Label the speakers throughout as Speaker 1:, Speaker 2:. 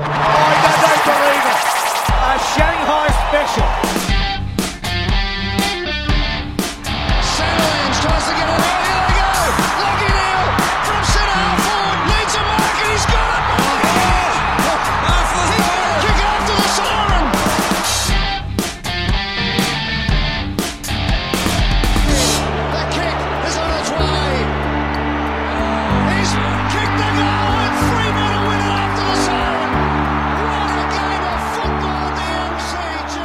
Speaker 1: I don't believe it. A Shanghai special.
Speaker 2: Sam Williams tries to get it out. Here they go. Lucky now from centre half forward. Needs a mark and he's got it. Oh, He got a kick after the siren. The kick is on its way. He's kicked the goal and Freeman will win it after the siren. What a game of football, the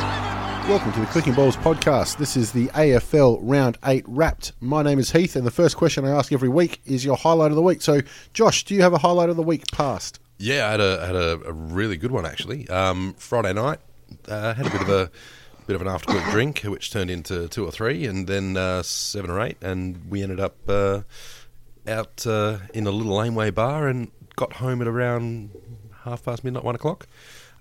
Speaker 2: MCG. David Mundy.
Speaker 3: Welcome to the Clicking Balls podcast. This is the AFL Round 8 Wrapped. My name is Heath, and the first question I ask every week is your highlight of the week. So, Josh, do you have a highlight of the week past?
Speaker 4: Yeah, I had a had a, a really good one actually. Um, Friday night, uh, had a bit of a bit of an after work drink, which turned into two or three, and then uh, seven or eight, and we ended up uh, out uh, in a little laneway bar and got home at around half past midnight, one o'clock.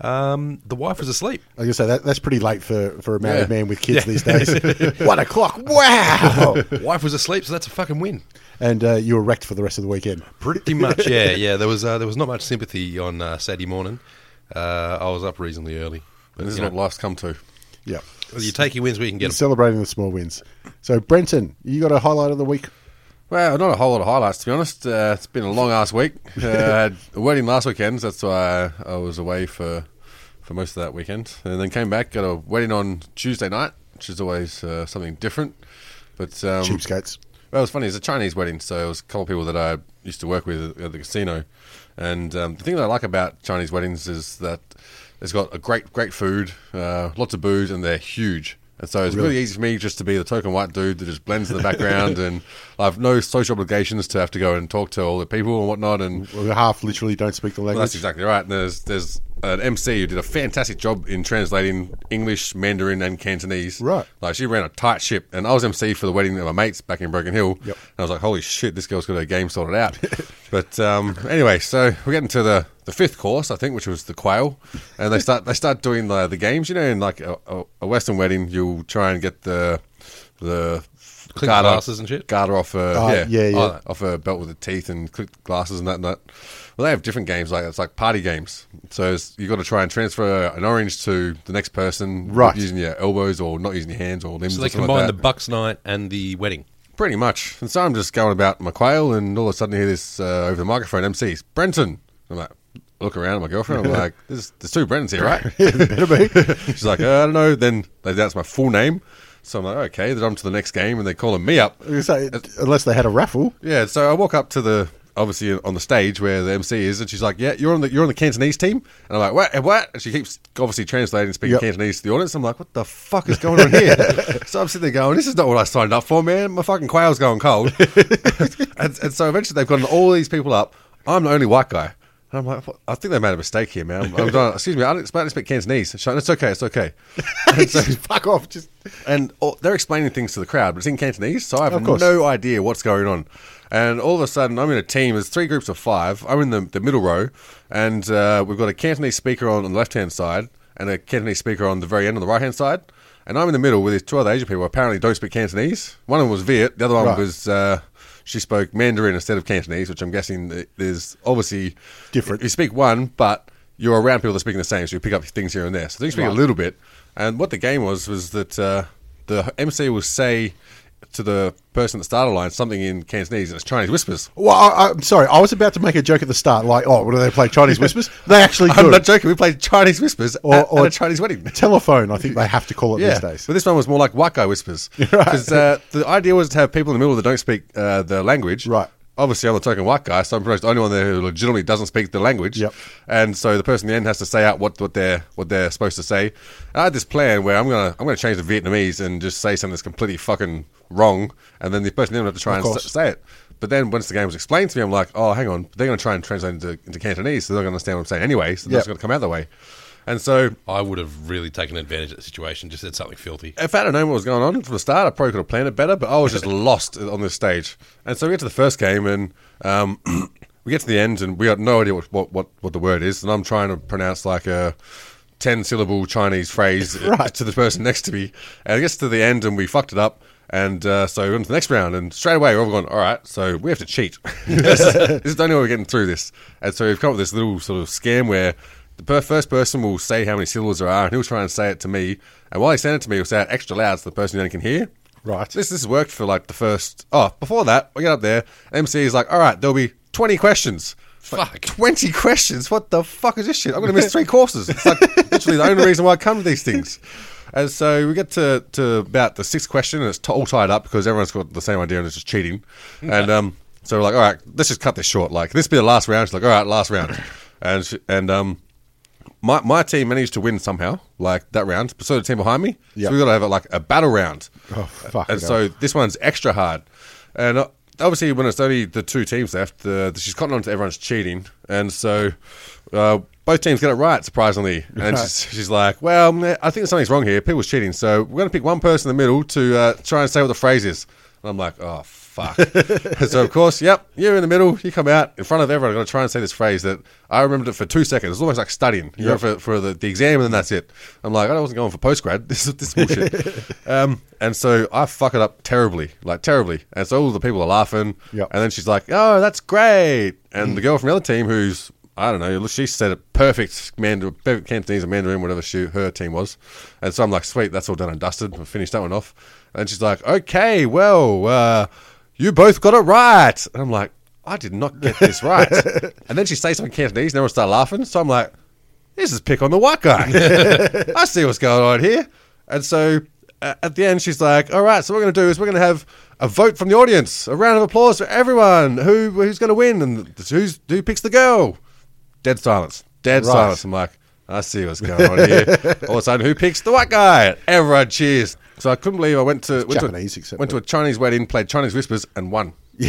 Speaker 4: Um, the wife was asleep.
Speaker 3: I was going to say that, that's pretty late for, for a married
Speaker 4: Yeah.
Speaker 3: man with kids
Speaker 4: Yeah.
Speaker 3: these days. One o'clock. Wow.
Speaker 4: wife was asleep, so that's a fucking win.
Speaker 3: and uh, you were wrecked for the rest of the weekend.
Speaker 4: Pretty much, yeah, yeah. There was uh, there was not much sympathy on uh, Saturday morning. Uh, I was up reasonably early. But,
Speaker 5: This is
Speaker 4: you know,
Speaker 5: what life's come to.
Speaker 3: Yeah.
Speaker 4: You take your wins where you can get 'em.
Speaker 3: Celebrating the small wins. So, Brenton, you got a highlight of the week?
Speaker 5: Well, not a whole lot of highlights, to be honest. Uh, it's been a long ass week. Uh, I had a wedding last weekend, so that's why I was away for for most of that weekend, and then came back. Got a wedding on Tuesday night, which is always uh, something different. But um,
Speaker 3: Cheapskates.
Speaker 5: Well, it was funny. It's a Chinese wedding, so it was a couple of people that I used to work with at the casino. And um, the thing that I like about Chinese weddings is that it's got a great, great food, uh, lots of booze, and they're huge. And so it's really? easy for me just to be the token white dude that just blends in the background, and I have no social obligations to have to go and talk to all the people and whatnot. And
Speaker 3: Well, the half literally don't speak the language.
Speaker 5: well, that's exactly right. And there's there's an MC who did a fantastic job in translating English, Mandarin, and Cantonese.
Speaker 3: Right.
Speaker 5: Like she ran a tight ship, and I was MC for the wedding of my mates back in Broken Hill.
Speaker 3: Yep.
Speaker 5: And I was like, holy shit, this girl's got her game sorted out. but um, anyway, so we're getting to the, the fifth course, I think, which was the quail, and they start they start doing the the games. You know, in like a, a, a Western wedding, you'll try and get the the
Speaker 4: Clink
Speaker 5: garter-
Speaker 4: glasses and shit?
Speaker 5: Garter off a
Speaker 3: Oh,
Speaker 5: yeah,
Speaker 3: yeah, yeah.
Speaker 5: Oh, off a belt with the teeth and click glasses and that and that. Well, they have different games like it's like party games. So it's, you got to try and transfer an orange to the next person,
Speaker 3: Right.
Speaker 5: Using your elbows or not using your hands or limbs.
Speaker 4: So
Speaker 5: or
Speaker 4: they
Speaker 5: something
Speaker 4: combine
Speaker 5: like
Speaker 4: the
Speaker 5: that.
Speaker 4: Bucks night and the wedding.
Speaker 5: pretty much. And so I'm just going about my quail, and all of a sudden I hear this uh, over the microphone. MC's Brenton. I'm like, look around at my girlfriend. I'm like, there's, there's two Brentons here, right? She's like, uh, I don't know. Then they announce my full name. So I'm like, okay, they're on to the next game, and they're calling me up.
Speaker 3: I was gonna say, unless they had a raffle.
Speaker 5: Yeah, so I walk up to the obviously on the stage where the MC is, and she's like, "Yeah, you're on the you're on the Cantonese team," and I'm like, "What? eh, What?" And she keeps obviously translating, speaking
Speaker 3: Yep.
Speaker 5: Cantonese to the audience. I'm like, "What the fuck is going on here?" so I'm sitting there going, "This is not what I signed up for, man. My fucking quail's going cold." and, and so eventually they've gotten all these people up. I'm the only white guy. And I'm like, "What? I think they made a mistake here, man. I'm, I'm done. Excuse me, I didn't expect, I didn't expect Cantonese. She's like, it's okay, it's okay. And so-
Speaker 3: Fuck off. Just
Speaker 5: and all, they're explaining things to the crowd, but it's in Cantonese, so I have
Speaker 3: Of course.
Speaker 5: no idea what's going on. And all of a sudden, I'm in a team. There's three groups of five. I'm in the, the middle row, and uh, we've got a Cantonese speaker on, on the left hand side and a Cantonese speaker on the very end on the right hand side. And I'm in the middle with these two other Asian people. who Apparently, don't speak Cantonese. One of them was Viet. The other one
Speaker 3: Right.
Speaker 5: was uh, she spoke Mandarin instead of Cantonese, which I'm guessing that there's obviously
Speaker 3: Different.
Speaker 5: You speak one, but you're around people that are speaking the same, so you pick up things here and there. So they speak a little bit. And what the game was was that uh, the MC will say to the person at the starter line something in Cantonese, and it's Chinese whispers.
Speaker 3: Well, I, I'm sorry. I was about to make a joke at the start, like, oh, what do they play? Chinese whispers? They actually do.
Speaker 5: I'm not joking. We played Chinese whispers
Speaker 3: Or-
Speaker 5: at,
Speaker 3: or-
Speaker 5: at a Chinese wedding.
Speaker 3: Telephone, I think they have to call it
Speaker 5: Yeah,
Speaker 3: these
Speaker 5: but
Speaker 3: days.
Speaker 5: this one was more like white guy whispers. Because uh, the idea was to have people in the middle that don't speak uh, the language.
Speaker 3: Right.
Speaker 5: Obviously, I'm the token white guy, so I'm pretty much the only one there who legitimately doesn't speak the language.
Speaker 3: Yep.
Speaker 5: And so the person in the end has to say out what, what they're what they're supposed to say. I had this plan where I'm gonna I'm gonna change the Vietnamese and just say something that's completely fucking wrong, and then the person in the end will have to try
Speaker 3: Of
Speaker 5: and
Speaker 3: course.
Speaker 5: s- say it. But then once the game was explained to me, I'm like, oh, hang on, they're going to try and translate into, into Cantonese, so they're going to understand what I'm saying anyway. So
Speaker 3: Yep.
Speaker 5: that's going to come out that way. And so
Speaker 4: I would have really taken advantage of the situation. Just said something filthy.
Speaker 5: if I'd have known what was going on from the start, I probably could have planned it better, but I was just lost on this stage. And so we get to the first game, and um, we get to the end, and we got no idea what, what, what, what the word is. And I'm trying to pronounce like a 10 syllable Chinese phrase to the person next to me. And it gets to the end, and we fucked it up. And uh, so we went to the next round, and straight away we're all going, all right, so we have to cheat. this, is, this is the only way we're getting through this. And so we've come up with this little sort of scam where the per- first person will say how many syllables there are, and he'll try and say it to me. And while he's saying it to me, he'll say it extra loud so the person then can hear.
Speaker 3: Right.
Speaker 5: This this worked for like the first. Oh, before that, we get up there. MC is like, all right, there'll be 20 questions. Fuck. 20 questions? What the fuck is this shit? I'm going to miss three courses. It's like literally the only reason why I come to these things. And so we get to, to about the sixth question, and it's t- all tied up because everyone's got the same idea and it's just cheating. And um, so we're like, all right, let's just cut this short. Like, this be the last round. She's like, all right, last round. And, she, and um, my, my team managed to win somehow, like that round. But so did the team behind me.
Speaker 3: Yeah.
Speaker 5: So we got to have like a battle round.
Speaker 3: Oh, fuck
Speaker 5: And
Speaker 3: it
Speaker 5: so this one's extra hard. And uh, obviously, when it's only the two teams left, the, she's cotton on to everyone's cheating. And so uh, both teams get it right, surprisingly. And she's, she's like, well, meh, I think something's wrong here. People's cheating. So we're going to pick one person in the middle to uh, try and say what the phrase is. And I'm like, oh, fuck. so, of course, yep, you're in the middle. You come out in front of everyone. I'm going to try and say this phrase that I remembered it for two seconds. It's almost like studying. You go for, for the, the exam and then that's it. I'm like, I wasn't going for postgrad. This is this is bullshit. um, and so I fuck it up terribly, like terribly. And so all the people are laughing.
Speaker 3: Yep.
Speaker 5: And then she's like, oh, that's great. And the girl from the other team who's, I don't know, she said it perfect, Mandarin, perfect Cantonese or Mandarin, whatever she, her team was. And so I'm like, sweet, that's all done and dusted. I finished that one off. And she's like, okay, well, uh, you both got it right. And I'm like, I did not get this right. and then she says something in Cantonese and everyone started laughing. So I'm like, this is pick on the white guy. I see what's going on here. And so uh, at the end, she's like, all right, so what we're going to do is we're going to have a vote from the audience, a round of applause for everyone. Who Who's going to win? And th- who's, who picks the girl? Dead silence. Dead
Speaker 3: Right.
Speaker 5: silence. I'm like, I see what's going on here. All of a sudden, who picks the white guy? Everyone cheers. So I couldn't believe I went to went,
Speaker 3: Japanese,
Speaker 5: to,
Speaker 3: except
Speaker 5: went to a Chinese wedding, played Chinese whispers, and won.
Speaker 3: add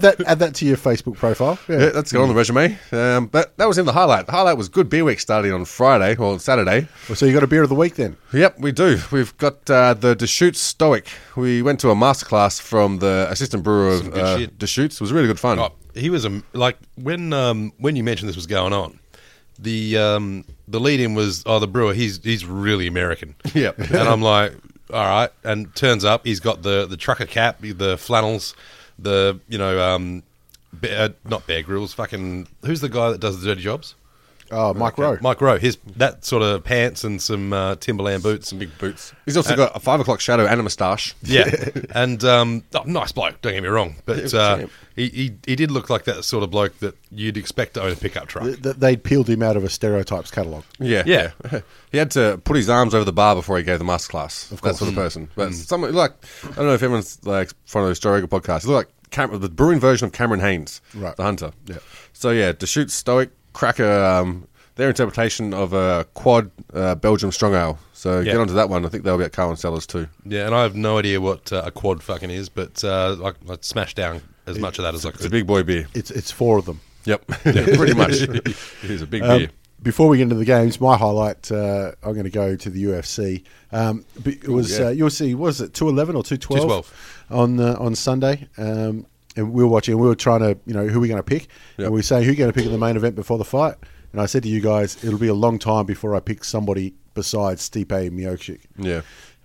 Speaker 3: that add that to your Facebook profile. Yeah.
Speaker 5: Yeah, that's got on the resume. Um, but that was in the highlight. The highlight was Good Beer Week starting on Friday or Saturday.
Speaker 3: Well, So you got a beer of the week then?
Speaker 5: Yep, we do. We've got uh, the Deschutes Stoic. We went to a masterclass from the assistant brewer
Speaker 4: Some
Speaker 5: of
Speaker 4: good
Speaker 5: uh,
Speaker 4: shit.
Speaker 5: Deschutes. It was really good fun.
Speaker 4: Oh, he was a like when um, when you mentioned this was going on, the um, the lead in was oh the brewer he's he's really American.
Speaker 5: Yep.
Speaker 4: and I'm like all right, and turns up he's got the the trucker cap, the flannels, the you know um, bear, not Bear Grylls, fucking who's the guy that does the dirty jobs?
Speaker 3: Oh, Mike Rowe.
Speaker 4: Mike Rowe. His that sort of pants and some uh, Timberland boots and big boots. Uh,
Speaker 5: He's also got a five o'clock shadow and a moustache.
Speaker 4: Yeah, and um, oh, nice bloke. Don't get me wrong, but
Speaker 5: was
Speaker 4: uh,
Speaker 5: champ.
Speaker 4: he, he he did look like that sort of bloke that you'd expect to own a pickup truck.
Speaker 3: Th- th- They'd peeled him out of a stereotypes catalogue.
Speaker 5: Yeah,
Speaker 4: Yeah.
Speaker 5: he had to put his arms over the bar before he gave the masterclass. Of course, that sort of person.
Speaker 4: Mm.
Speaker 5: But someone like I don't know if everyone's like from those Joe Rogan podcasts. He looked like Cam- the brewing version of Cameron Haynes,
Speaker 3: Right.
Speaker 5: The Hunter.
Speaker 3: Yeah.
Speaker 5: So yeah, Deschutes Stoic Cracker. Um, their interpretation of a quad uh, Belgium strong ale. So get onto that one. I think they'll be at Carlin Cellars too.
Speaker 4: Yeah, and I have no idea what uh, a quad fucking is, but uh, I, I smashed down as much of that as I
Speaker 5: It's a
Speaker 4: could.
Speaker 5: big boy beer.
Speaker 3: It's it's four of them.
Speaker 5: Yep, pretty much. He's a big
Speaker 3: Um,
Speaker 5: beer.
Speaker 3: Before we get into the games, my highlight. Uh, I'm going to go to the UFC. Um, but it was
Speaker 5: Oh, yeah.
Speaker 3: uh, UFC. What was it? Two eleven or two twelve?
Speaker 4: 212.
Speaker 3: On uh, on Sunday. Um, and we were watching. We were trying to, you know, who are we going to pick? And we were saying who are going to pick in the main event before the fight. And I said to you guys, it'll be a long time before I pick somebody besides Stipe Miocic.
Speaker 5: yeah,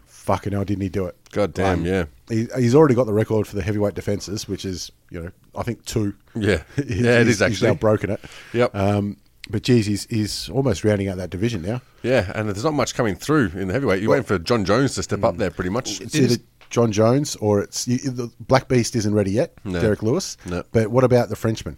Speaker 3: Fucking hell, didn't he do it? Um,
Speaker 5: God damn, yeah.
Speaker 3: He, he's already got the record for the heavyweight defences, which is, you know, I think two.
Speaker 5: Yeah.
Speaker 3: He's-
Speaker 5: Yeah,
Speaker 3: he's-
Speaker 5: it is
Speaker 3: He's now
Speaker 5: actually.
Speaker 3: broken it.
Speaker 5: Yep.
Speaker 3: Um, but geez, he's, he's almost rounding out that division now.
Speaker 5: yeah. And there's not much coming through in the heavyweight. You're waiting for John Jones to step
Speaker 3: mm.
Speaker 5: up there, pretty much.
Speaker 3: It's either John Jones or it's you, the Black Beast isn't ready yet.
Speaker 5: No.
Speaker 3: Derek Lewis.
Speaker 5: No.
Speaker 3: But what about the Frenchman?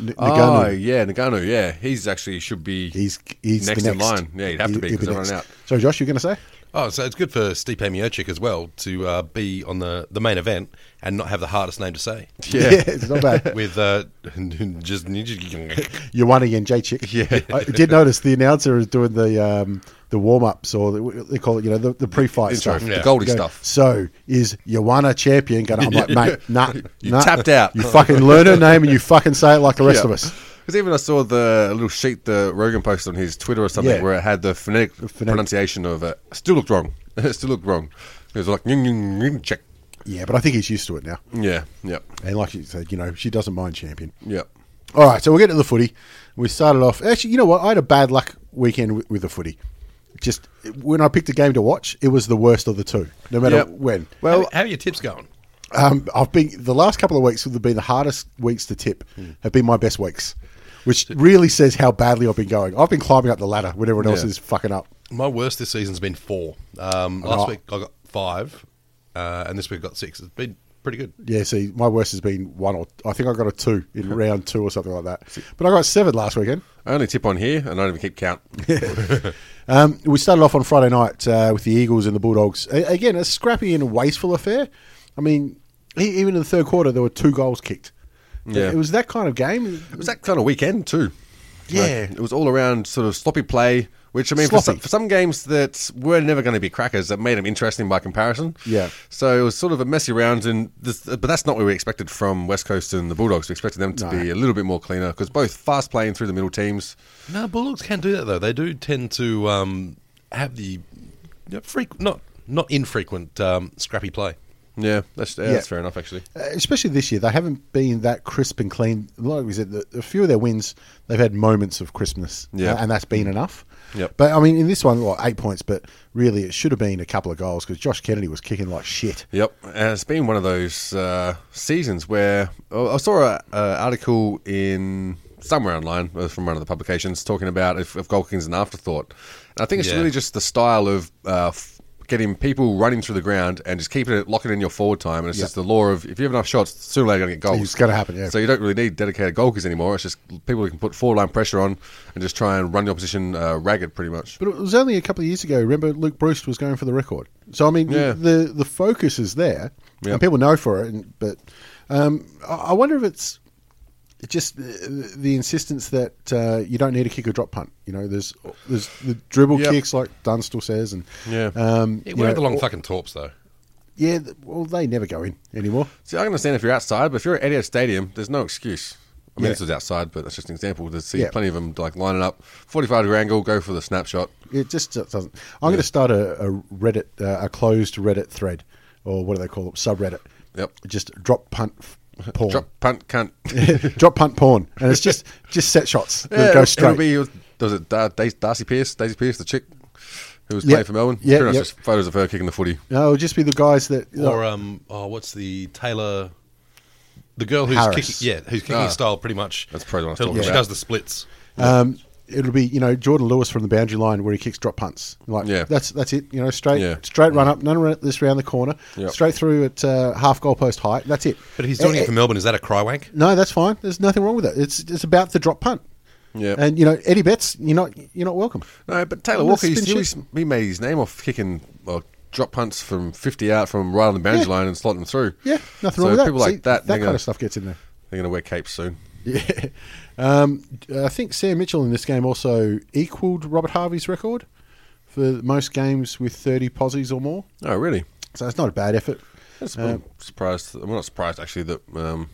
Speaker 3: N-
Speaker 5: Oh
Speaker 3: Ngannou?
Speaker 5: yeah, Nagano. Yeah, he's actually should be.
Speaker 3: He's he's
Speaker 5: next
Speaker 3: the
Speaker 5: in
Speaker 3: next
Speaker 5: line. Yeah, he'd have to be
Speaker 3: He'll
Speaker 5: because everyone
Speaker 3: next.
Speaker 5: out.
Speaker 3: So Josh, you're going to say?
Speaker 4: Oh, so it's good for Stipe Miocic as well to uh, be on the, the main event and not have the hardest name to say.
Speaker 3: Yeah, it's not bad.
Speaker 4: With uh, just yeah,
Speaker 3: You won again, Jay Chick.
Speaker 4: Yeah.
Speaker 3: I did notice the announcer is doing the um, the warm ups or the, they call it, you know, the, the pre fight
Speaker 5: Intro,
Speaker 3: stuff.
Speaker 5: the
Speaker 4: Yeah.
Speaker 5: Goldie
Speaker 3: Go,
Speaker 5: stuff.
Speaker 3: So is Joanna champion? Going, I'm like, mate, nah,
Speaker 5: You
Speaker 3: nah.
Speaker 5: tapped out.
Speaker 3: You fucking learn her name and you fucking say it like the rest of us.
Speaker 5: Because even I saw the little sheet that Rogan posted on his Twitter or something
Speaker 3: Yeah.
Speaker 5: where it had the phonetic,
Speaker 3: phonetic-
Speaker 5: pronunciation of it. Still looked wrong. Still looked wrong. It was like, "Nying, nying, nying, check.
Speaker 3: Yeah, but I think he's used to it now.
Speaker 5: Yeah, yep,
Speaker 3: And like you said, you know, she doesn't mind champion.
Speaker 5: yep.
Speaker 3: All right, so we'll get to the footy. We started off. Actually, you know what? I had a bad luck weekend with, with the footy. Just when I picked a game to watch, it was the worst of the two, no matter
Speaker 5: Yep.
Speaker 3: when.
Speaker 4: well, how, how are your tips going?
Speaker 3: Um, I've been the last couple of weeks have been the hardest weeks to tip.
Speaker 5: Hmm.
Speaker 3: Have been my best weeks, which really says how badly I've been going. I've been climbing up the ladder when everyone else
Speaker 5: Yeah.
Speaker 3: is fucking up.
Speaker 4: My worst this season's been four. Um,
Speaker 3: Oh.
Speaker 4: last week I got five, uh, and this week I got six. It's been pretty good.
Speaker 3: Yeah, see, my worst has been one or I think I got a two in round two or something like that. But I got seven last weekend.
Speaker 5: I only tip on here and I don't even keep count.
Speaker 3: Um, we started off on Friday night uh, with the Eagles and the Bulldogs. A- again, a scrappy and wasteful affair. I mean, e- even in the third quarter, there were two goals kicked. Uh,
Speaker 5: Yeah.
Speaker 3: It was that kind of game.
Speaker 5: It was that kind of weekend too.
Speaker 3: Yeah.
Speaker 5: Like, it was all around sort of sloppy play, which I mean, for
Speaker 3: Sloppy.
Speaker 5: some, for some games that were never going to be crackers, that made them interesting by comparison.
Speaker 3: Yeah.
Speaker 5: So it was sort of a messy round, and this, but that's not what we expected from West Coast and the Bulldogs. We expected them to
Speaker 3: No.
Speaker 5: be a little bit more cleaner because both fast playing through the middle teams.
Speaker 4: No, Bulldogs can do that though. They do tend to um, have the you know, freq- not not infrequent um, scrappy play.
Speaker 5: Yeah, that's, yeah,
Speaker 3: Yeah.
Speaker 5: that's fair enough actually.
Speaker 3: Uh, especially this year, they haven't been that crisp and clean. Like we said, the, a few of their wins, they've had moments of crispness, uh,
Speaker 5: Yeah.
Speaker 3: and that's been enough.
Speaker 5: Yep.
Speaker 3: But I mean, in this one, well, eight points, but really, it should have been a couple of goals because Josh Kennedy was kicking like shit.
Speaker 5: Yep, and it's been one of those uh, seasons where oh, I saw an article in somewhere online uh, from one of the publications talking about if, if Goldking's an afterthought. And I think it's
Speaker 4: Yeah.
Speaker 5: really just the style of uh, f- getting people running through the ground and just keeping it locking in your forward time. And it's
Speaker 3: Yep.
Speaker 5: just the law of if you have enough shots, sooner or later you're going to get goals.
Speaker 3: It's gonna happen, yeah.
Speaker 5: So you don't really need dedicated goalkeepers anymore. It's just people who can put forward line pressure on and just try and run the opposition uh, ragged, pretty much.
Speaker 3: But it was only a couple of years ago. Remember, Luke Bruce was going for the record. So I mean,
Speaker 5: Yeah.
Speaker 3: the the focus is there, and people know for it. And, but um, I I wonder if it's just the, the insistence that uh, you don't need to kick a drop punt. You know, there's there's the dribble
Speaker 5: Yep.
Speaker 3: kicks like Dunstall says, and
Speaker 5: Yeah.
Speaker 3: um,
Speaker 4: Yeah,
Speaker 3: you
Speaker 4: where
Speaker 3: know,
Speaker 4: are the long
Speaker 3: or-
Speaker 4: fucking torps though?
Speaker 3: yeah, th- well, they never go in anymore.
Speaker 5: See, I can understand if you're outside, but if you're at Etihad Stadium, there's no excuse. I mean,
Speaker 3: Yeah.
Speaker 5: this is outside, but that's just an example. There's see
Speaker 3: Yeah.
Speaker 5: plenty of them like lining up, 45 degree angle, go for the snapshot.
Speaker 3: It just doesn't. I'm going to start a, a Reddit, uh, a closed Reddit thread, or what do they call it, subreddit.
Speaker 5: Yep.
Speaker 3: Just drop punt f- porn.
Speaker 5: Drop, punt, cunt.
Speaker 3: drop punt porn, and it's just just set shots that
Speaker 5: Yeah,
Speaker 3: go
Speaker 5: it'll-
Speaker 3: straight.
Speaker 5: It'll be, your- does it Dar- Daisy Darcy Pierce, Daisy Pierce, the chick who was
Speaker 3: Yeah.
Speaker 5: playing for Melbourne?
Speaker 3: Yeah,
Speaker 5: Pretty much
Speaker 3: yeah.
Speaker 5: just photos of her kicking the footy.
Speaker 3: no, it'll just be the guys that.
Speaker 4: Or
Speaker 5: uh,
Speaker 4: um, oh, what's the Taylor? The girl who's
Speaker 3: Harris.
Speaker 4: kicking, yeah, who's kicking
Speaker 5: Ah.
Speaker 4: style pretty much.
Speaker 5: That's probably what I was
Speaker 4: She
Speaker 5: talking about.
Speaker 4: does the splits.
Speaker 3: um, it'll be you know Jordan Lewis from the boundary line where he kicks drop punts. Like
Speaker 5: Yeah.
Speaker 3: that's that's it. You know straight
Speaker 5: Yeah.
Speaker 3: straight run up, none of this round the corner,
Speaker 5: Yep.
Speaker 3: straight through at uh, half goal post height. That's it.
Speaker 4: But if he's doing
Speaker 3: Eh,
Speaker 4: it for Melbourne, is that a cry wank?
Speaker 3: No, that's fine. There's nothing wrong with it. It's it's about the drop punt.
Speaker 5: Yeah.
Speaker 3: And you know Eddie Betts, you're not you're not welcome.
Speaker 5: No, but Taylor
Speaker 3: And
Speaker 5: Walker,
Speaker 3: it's
Speaker 5: he's,
Speaker 3: been
Speaker 5: he, was- he made his name off kicking well, drop punts from 50 out from right on the boundary
Speaker 3: Yeah.
Speaker 5: line and slotting them through.
Speaker 3: Yeah, nothing wrong
Speaker 5: So
Speaker 3: with that.
Speaker 5: people
Speaker 3: See,
Speaker 5: like that,
Speaker 3: that
Speaker 5: they're
Speaker 3: kind
Speaker 5: gonna-
Speaker 3: of stuff gets in there.
Speaker 5: They're going to wear capes soon.
Speaker 3: Yeah. Um, I think Sam Mitchell in this game also equaled Robert Harvey's record for most games with 30 posies or more.
Speaker 5: Oh, really?
Speaker 3: So it's not a bad effort.
Speaker 5: That's,
Speaker 3: Uh,
Speaker 5: I'm surprised. I'm not surprised actually that um,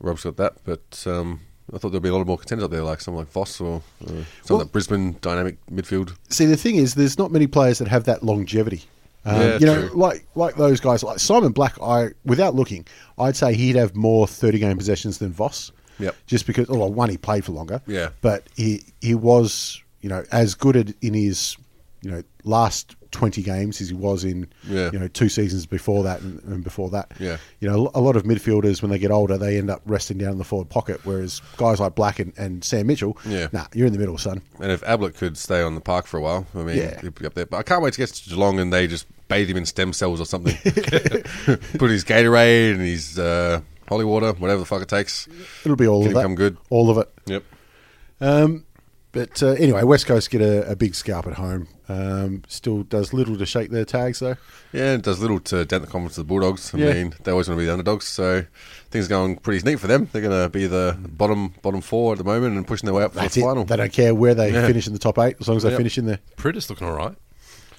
Speaker 5: Rob's got that, but um, I thought there'd be a lot of more contenders up there, like someone like Voss or uh, someone
Speaker 3: Well-
Speaker 5: like Brisbane dynamic midfield.
Speaker 3: See, the thing is, there's not many players that have that longevity. Um,
Speaker 5: Yeah,
Speaker 3: you know,
Speaker 5: true.
Speaker 3: like like those guys, like Simon Black. I without looking, I'd say he'd have more 30 game possessions than Voss.
Speaker 5: Yep.
Speaker 3: Just because, well, one he played for longer.
Speaker 5: Yeah.
Speaker 3: But he he was, you know, as good at, in his, you know, last 20 games as he was in,
Speaker 5: Yeah.
Speaker 3: you know, two seasons before that and, and before that.
Speaker 5: Yeah.
Speaker 3: You know, a lot of midfielders when they get older, they end up resting down in the forward pocket, whereas guys like Black and, and Sam Mitchell,
Speaker 5: Yeah.
Speaker 3: nah, you're in the middle, son.
Speaker 5: And if Ablett could stay on the park for a while, I mean,
Speaker 3: Yeah.
Speaker 5: he'd be up there. But I can't wait to get to Geelong and they just bathe him in stem cells or something. Put his Gatorade and his uh, holy water, whatever the fuck it takes.
Speaker 3: It'll be all
Speaker 5: Can
Speaker 3: of that.
Speaker 5: become good.
Speaker 3: All of it.
Speaker 5: Yep.
Speaker 3: But uh, anyway, West Coast get a, a big scalp at home. Um, still does little to shake their tags though.
Speaker 5: Yeah, it does little to dent the confidence of the Bulldogs. I
Speaker 3: Yeah.
Speaker 5: mean, they always want to be the underdogs, so things are going pretty neat for them. They're going to be the bottom bottom four at the moment and pushing their way up for
Speaker 3: That's
Speaker 5: the
Speaker 3: it.
Speaker 5: final.
Speaker 3: They don't care where they
Speaker 5: Yeah.
Speaker 3: finish in the top eight as long as they
Speaker 5: Yep.
Speaker 3: finish in there.
Speaker 4: Prudis looking all right.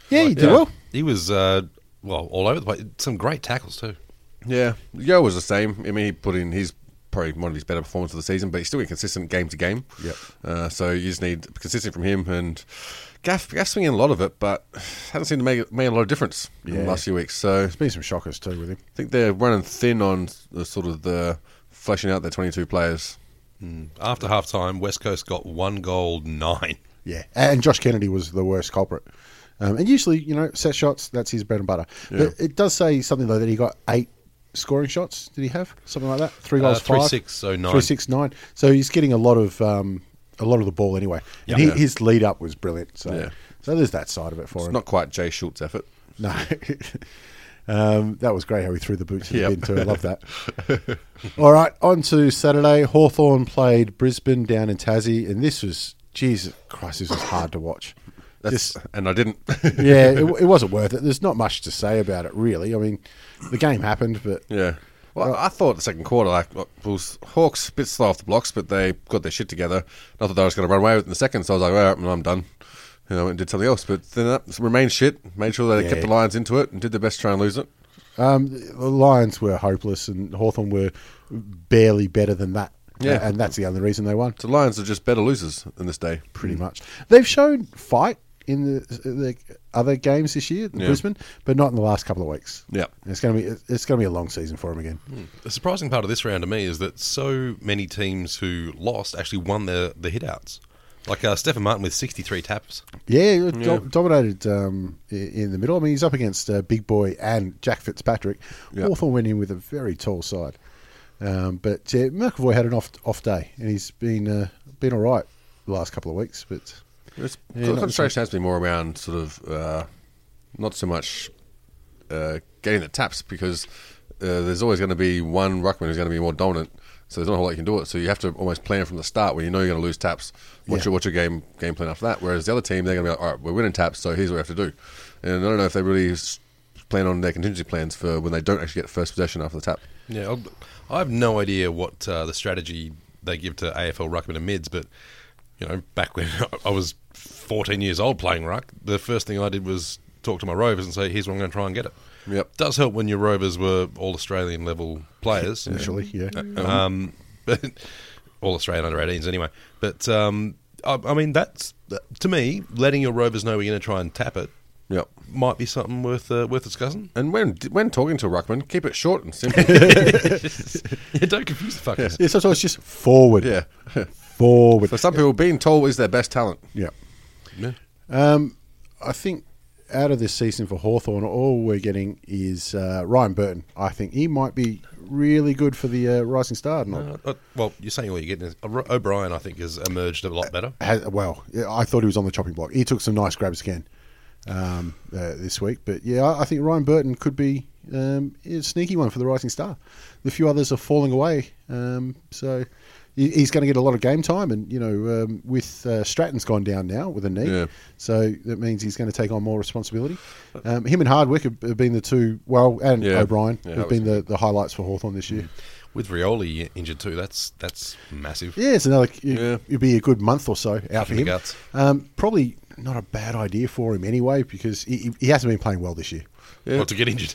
Speaker 3: Yeah, you
Speaker 5: Like,
Speaker 3: did
Speaker 5: yeah.
Speaker 3: well.
Speaker 4: He was uh, well all over the place. Some great tackles too.
Speaker 5: Yeah, Yo was the same. I mean, he put in his probably one of his better performances of the season, but he's still inconsistent game to game.
Speaker 3: Yep.
Speaker 5: Uh, so you just need consistency from him and Gaff. Gaff's swinging a lot of it, but hasn't seemed to make made a lot of difference in
Speaker 3: Yeah.
Speaker 5: the last few weeks. So
Speaker 3: There's been some shockers too with him.
Speaker 5: I think they're running thin on the sort of the fleshing out their twenty-two players.
Speaker 4: After half time, West Coast got one goal nine.
Speaker 3: Yeah, and Josh Kennedy was the worst culprit. Um, and usually, you know, set shots, that's his bread and butter. But it does say something, though, that he got eight scoring shots. Did he have something like that? Three
Speaker 4: Uh,
Speaker 3: goals,
Speaker 4: three,
Speaker 3: five?
Speaker 4: six, so nine.
Speaker 3: Three, six, nine. So he's getting a lot of um, a lot of the ball anyway. And he,
Speaker 5: Yeah.
Speaker 3: his lead up was brilliant. So,
Speaker 5: Yeah.
Speaker 3: so there's that side of it for
Speaker 5: It's
Speaker 3: him.
Speaker 5: not quite Jay Schultz effort.
Speaker 3: No. um, that was great how he threw the boots in
Speaker 5: Yep.
Speaker 3: the bin, too. I love that. All right, on to Saturday. Hawthorn played Brisbane down in Tassie, and this was, Jesus Christ, this was hard to watch.
Speaker 5: That's,
Speaker 3: Just-
Speaker 5: and I didn't.
Speaker 3: yeah, it, it wasn't worth it. There's not much to say about it, really. I mean, the game happened, but
Speaker 5: Yeah. Well, I thought the second quarter, like, was Hawks a bit slow off the blocks, but they got their shit together. And I thought they was going to run away with it in the second, so I was like, all right, well, I'm done. And I went and did something else. But then that remained shit, made sure they kept the Lions into it and did their best to try and lose it.
Speaker 3: um, the Lions were hopeless, and Hawthorn were barely better than that.
Speaker 5: Yeah.
Speaker 3: and that's the only reason they won.
Speaker 5: So Lions are just better losers in this day.
Speaker 3: pretty much. They've shown fight in the, the other games this year, in
Speaker 5: Yeah.
Speaker 3: Brisbane, but not in the last couple of weeks.
Speaker 5: Yeah. Hmm.
Speaker 3: And it's going to be it's going to be a long season for them again.
Speaker 4: The surprising part of this round to me is that so many teams who lost actually won their the hitouts. Like uh, Stephen Martin with sixty three taps.
Speaker 3: Yeah, do- dominated um, i- in the middle. I mean, he's up against uh, Big Boy and Jack Fitzpatrick.
Speaker 5: Yeah.
Speaker 3: Hawthorn went in with a very tall side, um, but yeah, McAvoy had an off off day, and he's been uh, been all right the last couple of weeks. But
Speaker 5: It's,
Speaker 3: Yeah,
Speaker 5: the
Speaker 3: not
Speaker 5: concentration has to be more around sort of uh, not so much uh, getting the taps because uh, there's always going to be one ruckman who's going to be more dominant. So there's not a whole lot you can do it. So you have to almost plan from the start when you know you're going to lose taps. What's
Speaker 3: Yeah.
Speaker 5: your what's your game game plan after that? Whereas the other team they're going to be like, all right, we're winning taps, so here's what we have to do. And I don't know if they really s- plan on their contingency plans for when they don't actually get first possession after the tap.
Speaker 4: Yeah, I'll- I have no idea what uh, the strategy they give to AFL ruckman and mids, but you know, back when I was fourteen years old playing ruck, the first thing I did was talk to my rovers and say, "Here's where I'm going to try and get it."
Speaker 5: Yep.
Speaker 4: does help when your rovers were all Australian level players
Speaker 3: initially, yeah,
Speaker 4: um, but all Australian under 18s anyway. But um, I, I mean, that's to me letting your rovers know we're going to try and tap it
Speaker 5: Yep.
Speaker 4: might be something worth uh, worth discussing.
Speaker 5: And when when talking to a ruckman, keep it short and simple.
Speaker 4: Yeah, don't confuse the fuckers.
Speaker 3: yeah. Sometimes just forward,
Speaker 5: yeah.
Speaker 3: forward.
Speaker 5: For some people, being tall is their best talent.
Speaker 3: Yeah.
Speaker 4: Yeah.
Speaker 3: Um, I think out of this season for Hawthorn, all we're getting is uh, Ryan Burton. I think he might be really good for the uh, Rising Star. Not,
Speaker 4: Uh, uh, well, you're saying all you're getting is uh, O'Brien. I think has emerged a lot better.
Speaker 3: has, well, yeah, I thought he was on the chopping block. He took some nice grabs again um, uh, this week. But yeah, I, I think Ryan Burton could be um, a sneaky one for the Rising Star. The few others are falling away. Um, so he- he's going to get a lot of game time. And, you know, um, with uh, Stratton's gone down now with a knee.
Speaker 5: Yeah.
Speaker 3: So that means he's going to take on more responsibility. Um, him and Hardwick have, have been the two, well, and
Speaker 5: Yeah.
Speaker 3: O'Brien
Speaker 5: Yeah,
Speaker 3: have
Speaker 5: that was-
Speaker 3: been the, the highlights for Hawthorn this year.
Speaker 4: With Rioli injured too, that's that's massive.
Speaker 3: Yeah, it's another.
Speaker 5: Yeah.
Speaker 3: It, would be a good month or so out for
Speaker 4: the
Speaker 3: him.
Speaker 4: guts.
Speaker 3: Um, probably not a bad idea for him anyway because he, he- he hasn't been playing well this year.
Speaker 5: Yeah.
Speaker 4: Not to get injured.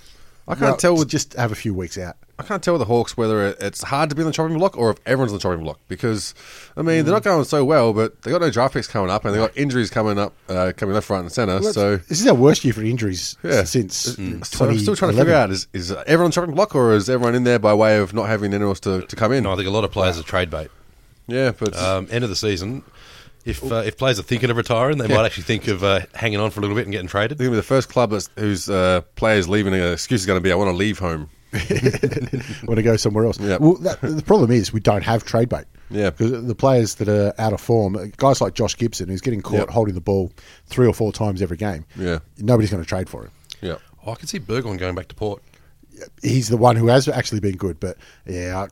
Speaker 5: I can't
Speaker 3: Well,
Speaker 5: tell with
Speaker 3: just have a few weeks out.
Speaker 5: I can't tell with the Hawks whether it- it's hard to be on the chopping block or if everyone's on the chopping block because I mean they're not going so well, but they got no draft picks coming up and they got injuries coming up uh, coming left, right, and center. so
Speaker 3: this is our worst year for injuries
Speaker 5: yeah, Mm.
Speaker 3: since
Speaker 5: so I'm still trying
Speaker 3: 2011.
Speaker 5: to figure out is is everyone on the chopping block or is everyone in there by way of not having anyone else to, to come in?
Speaker 4: No, I think a lot of players are trade bait.
Speaker 5: Yeah, but
Speaker 4: Um, end of the season, if uh, if players are thinking of retiring, they might actually think of uh, hanging on for a little bit and getting traded.
Speaker 5: I think the first club that's, whose uh, players leaving the excuse is going to be I want to leave home.
Speaker 3: want to go somewhere else.
Speaker 5: Yeah.
Speaker 3: Well, that, the problem is we don't have trade bait.
Speaker 5: Yeah.
Speaker 3: because the players that are out of form, guys like Josh Gibson, who's getting caught
Speaker 5: Yep.
Speaker 3: holding the ball three or four times every game.
Speaker 5: Yeah.
Speaker 3: nobody's going to trade for him.
Speaker 5: Yeah,
Speaker 4: Oh, I can see Burgoyne going back to Port.
Speaker 3: he's the one who has actually been good. But yeah,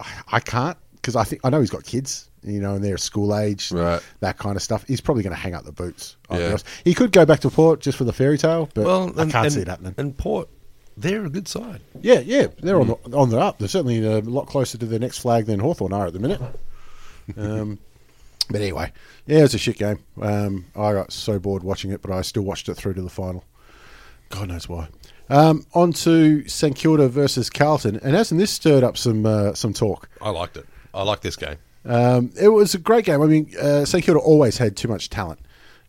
Speaker 3: I, I can't because I think I know he's got kids. you know, and they're school age,
Speaker 5: Right.
Speaker 3: that kind of stuff. He's probably going to hang up the boots. I'll be
Speaker 5: Yeah.
Speaker 3: honest. He could go back to Port just for the fairy tale, but
Speaker 4: Well,
Speaker 3: I
Speaker 4: and-
Speaker 3: can't
Speaker 4: and-
Speaker 3: see it happening.
Speaker 4: And Port, they're a good side.
Speaker 3: yeah, yeah, they're on
Speaker 5: Mm.
Speaker 3: the on the up. They're certainly uh, a lot closer to their next flag than Hawthorn are at the minute. Um, but anyway, yeah, it was a shit game. Um, I got so bored watching it, but I still watched it through to the final. God knows why. Um, on to St Kilda versus Carlton, and hasn't this stirred up some uh, some talk?
Speaker 4: I liked it. I like this game.
Speaker 3: Um, it was a great game. I mean, uh, St Kilda always had too much talent.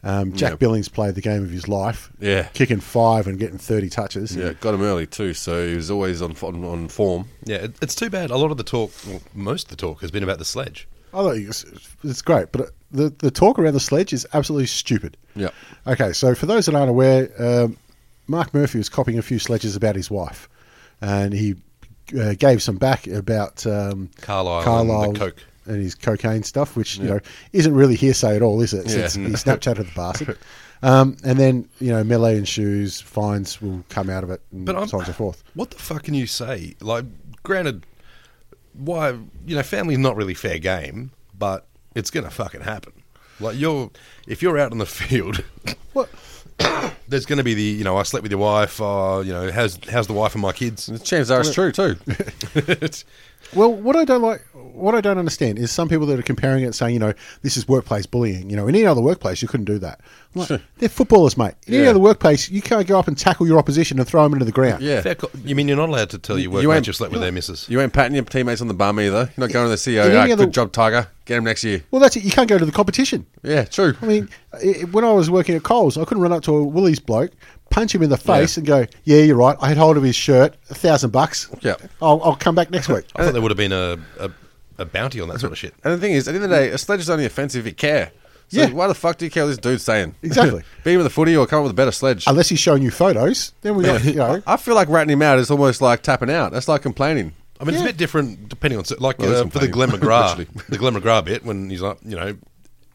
Speaker 3: Um, Jack Billings played the game of his life,
Speaker 5: Yeah.
Speaker 3: kicking five and getting thirty touches.
Speaker 5: Yeah, got him early too, so he was always on on, on form.
Speaker 4: Yeah, it, it's too bad. A lot of the talk, well, most of the talk, has been about the sledge.
Speaker 3: I thought it was- it's great, but the the talk around the sledge is absolutely stupid.
Speaker 5: Yeah.
Speaker 3: Okay, so for those that aren't aware, um, Mark Murphy was copying a few sledges about his wife, and he uh, gave some back about um,
Speaker 4: Carlisle and the coke.
Speaker 3: and his cocaine stuff, which you know isn't really hearsay at all, is it? Since
Speaker 5: Yeah.
Speaker 3: he Snapchatted the bastard. Um, and then you know melee ensues, fines will come out of it, and
Speaker 4: But I'm,
Speaker 3: so on and so forth.
Speaker 4: What the fuck can you say? Like, granted, why you know, family's not really fair game, but it's gonna fucking happen. Like you're, if you're out on the field,
Speaker 3: What?
Speaker 4: there's gonna be the you know, I slept with your wife. Uh, you know, how's how's the wife and my kids?
Speaker 5: The chances are it's true too.
Speaker 4: It's-
Speaker 3: Well, what I don't like, what I don't understand is some people that are comparing it, saying, you know, this is workplace bullying. You know, in any other workplace, you couldn't do that. I'm like, They're footballers, mate. In any
Speaker 5: Yeah.
Speaker 3: other workplace, you can't go up and tackle your opposition and throw them into the ground.
Speaker 5: Yeah.
Speaker 4: fair co- you mean you're not allowed to tell your
Speaker 5: You
Speaker 4: workmates
Speaker 5: ain't-
Speaker 4: you slept with their missus?
Speaker 5: You ain't patting your teammates on the bum either. You're not going to the CEO.
Speaker 3: In any
Speaker 5: "Ah,
Speaker 3: other-
Speaker 5: good job, Tiger. Get him next year.
Speaker 3: Well, that's it. You can't go to the competition.
Speaker 5: Yeah, true.
Speaker 3: I mean, i when I was working at Coles, I couldn't run up to a Woolies bloke, punch him in the face, and go, "Yeah, you're right. I had hold of his shirt. A thousand bucks.
Speaker 5: Yeah.
Speaker 3: I'll, I'll come back next week."
Speaker 4: I
Speaker 5: Uh,
Speaker 4: thought there would have been a, a a bounty on that sort of shit.
Speaker 5: and the thing is, at the end of the day, a sledge is only offensive if you care. So
Speaker 3: Yeah.
Speaker 5: why the fuck do you care what this dude's saying?
Speaker 3: Exactly.
Speaker 5: Beat him with a footy or come up with a better sledge.
Speaker 3: Unless he's showing you photos, then we got you know.
Speaker 5: I feel like ratting him out is almost like tapping out. That's like complaining.
Speaker 4: I mean, it's a bit different depending on like
Speaker 5: Well, there's
Speaker 4: uh,
Speaker 5: some
Speaker 4: for the Glenn
Speaker 5: playing,
Speaker 4: McGrath,
Speaker 5: actually.
Speaker 4: the Glenn McGrath bit when he's like, you know,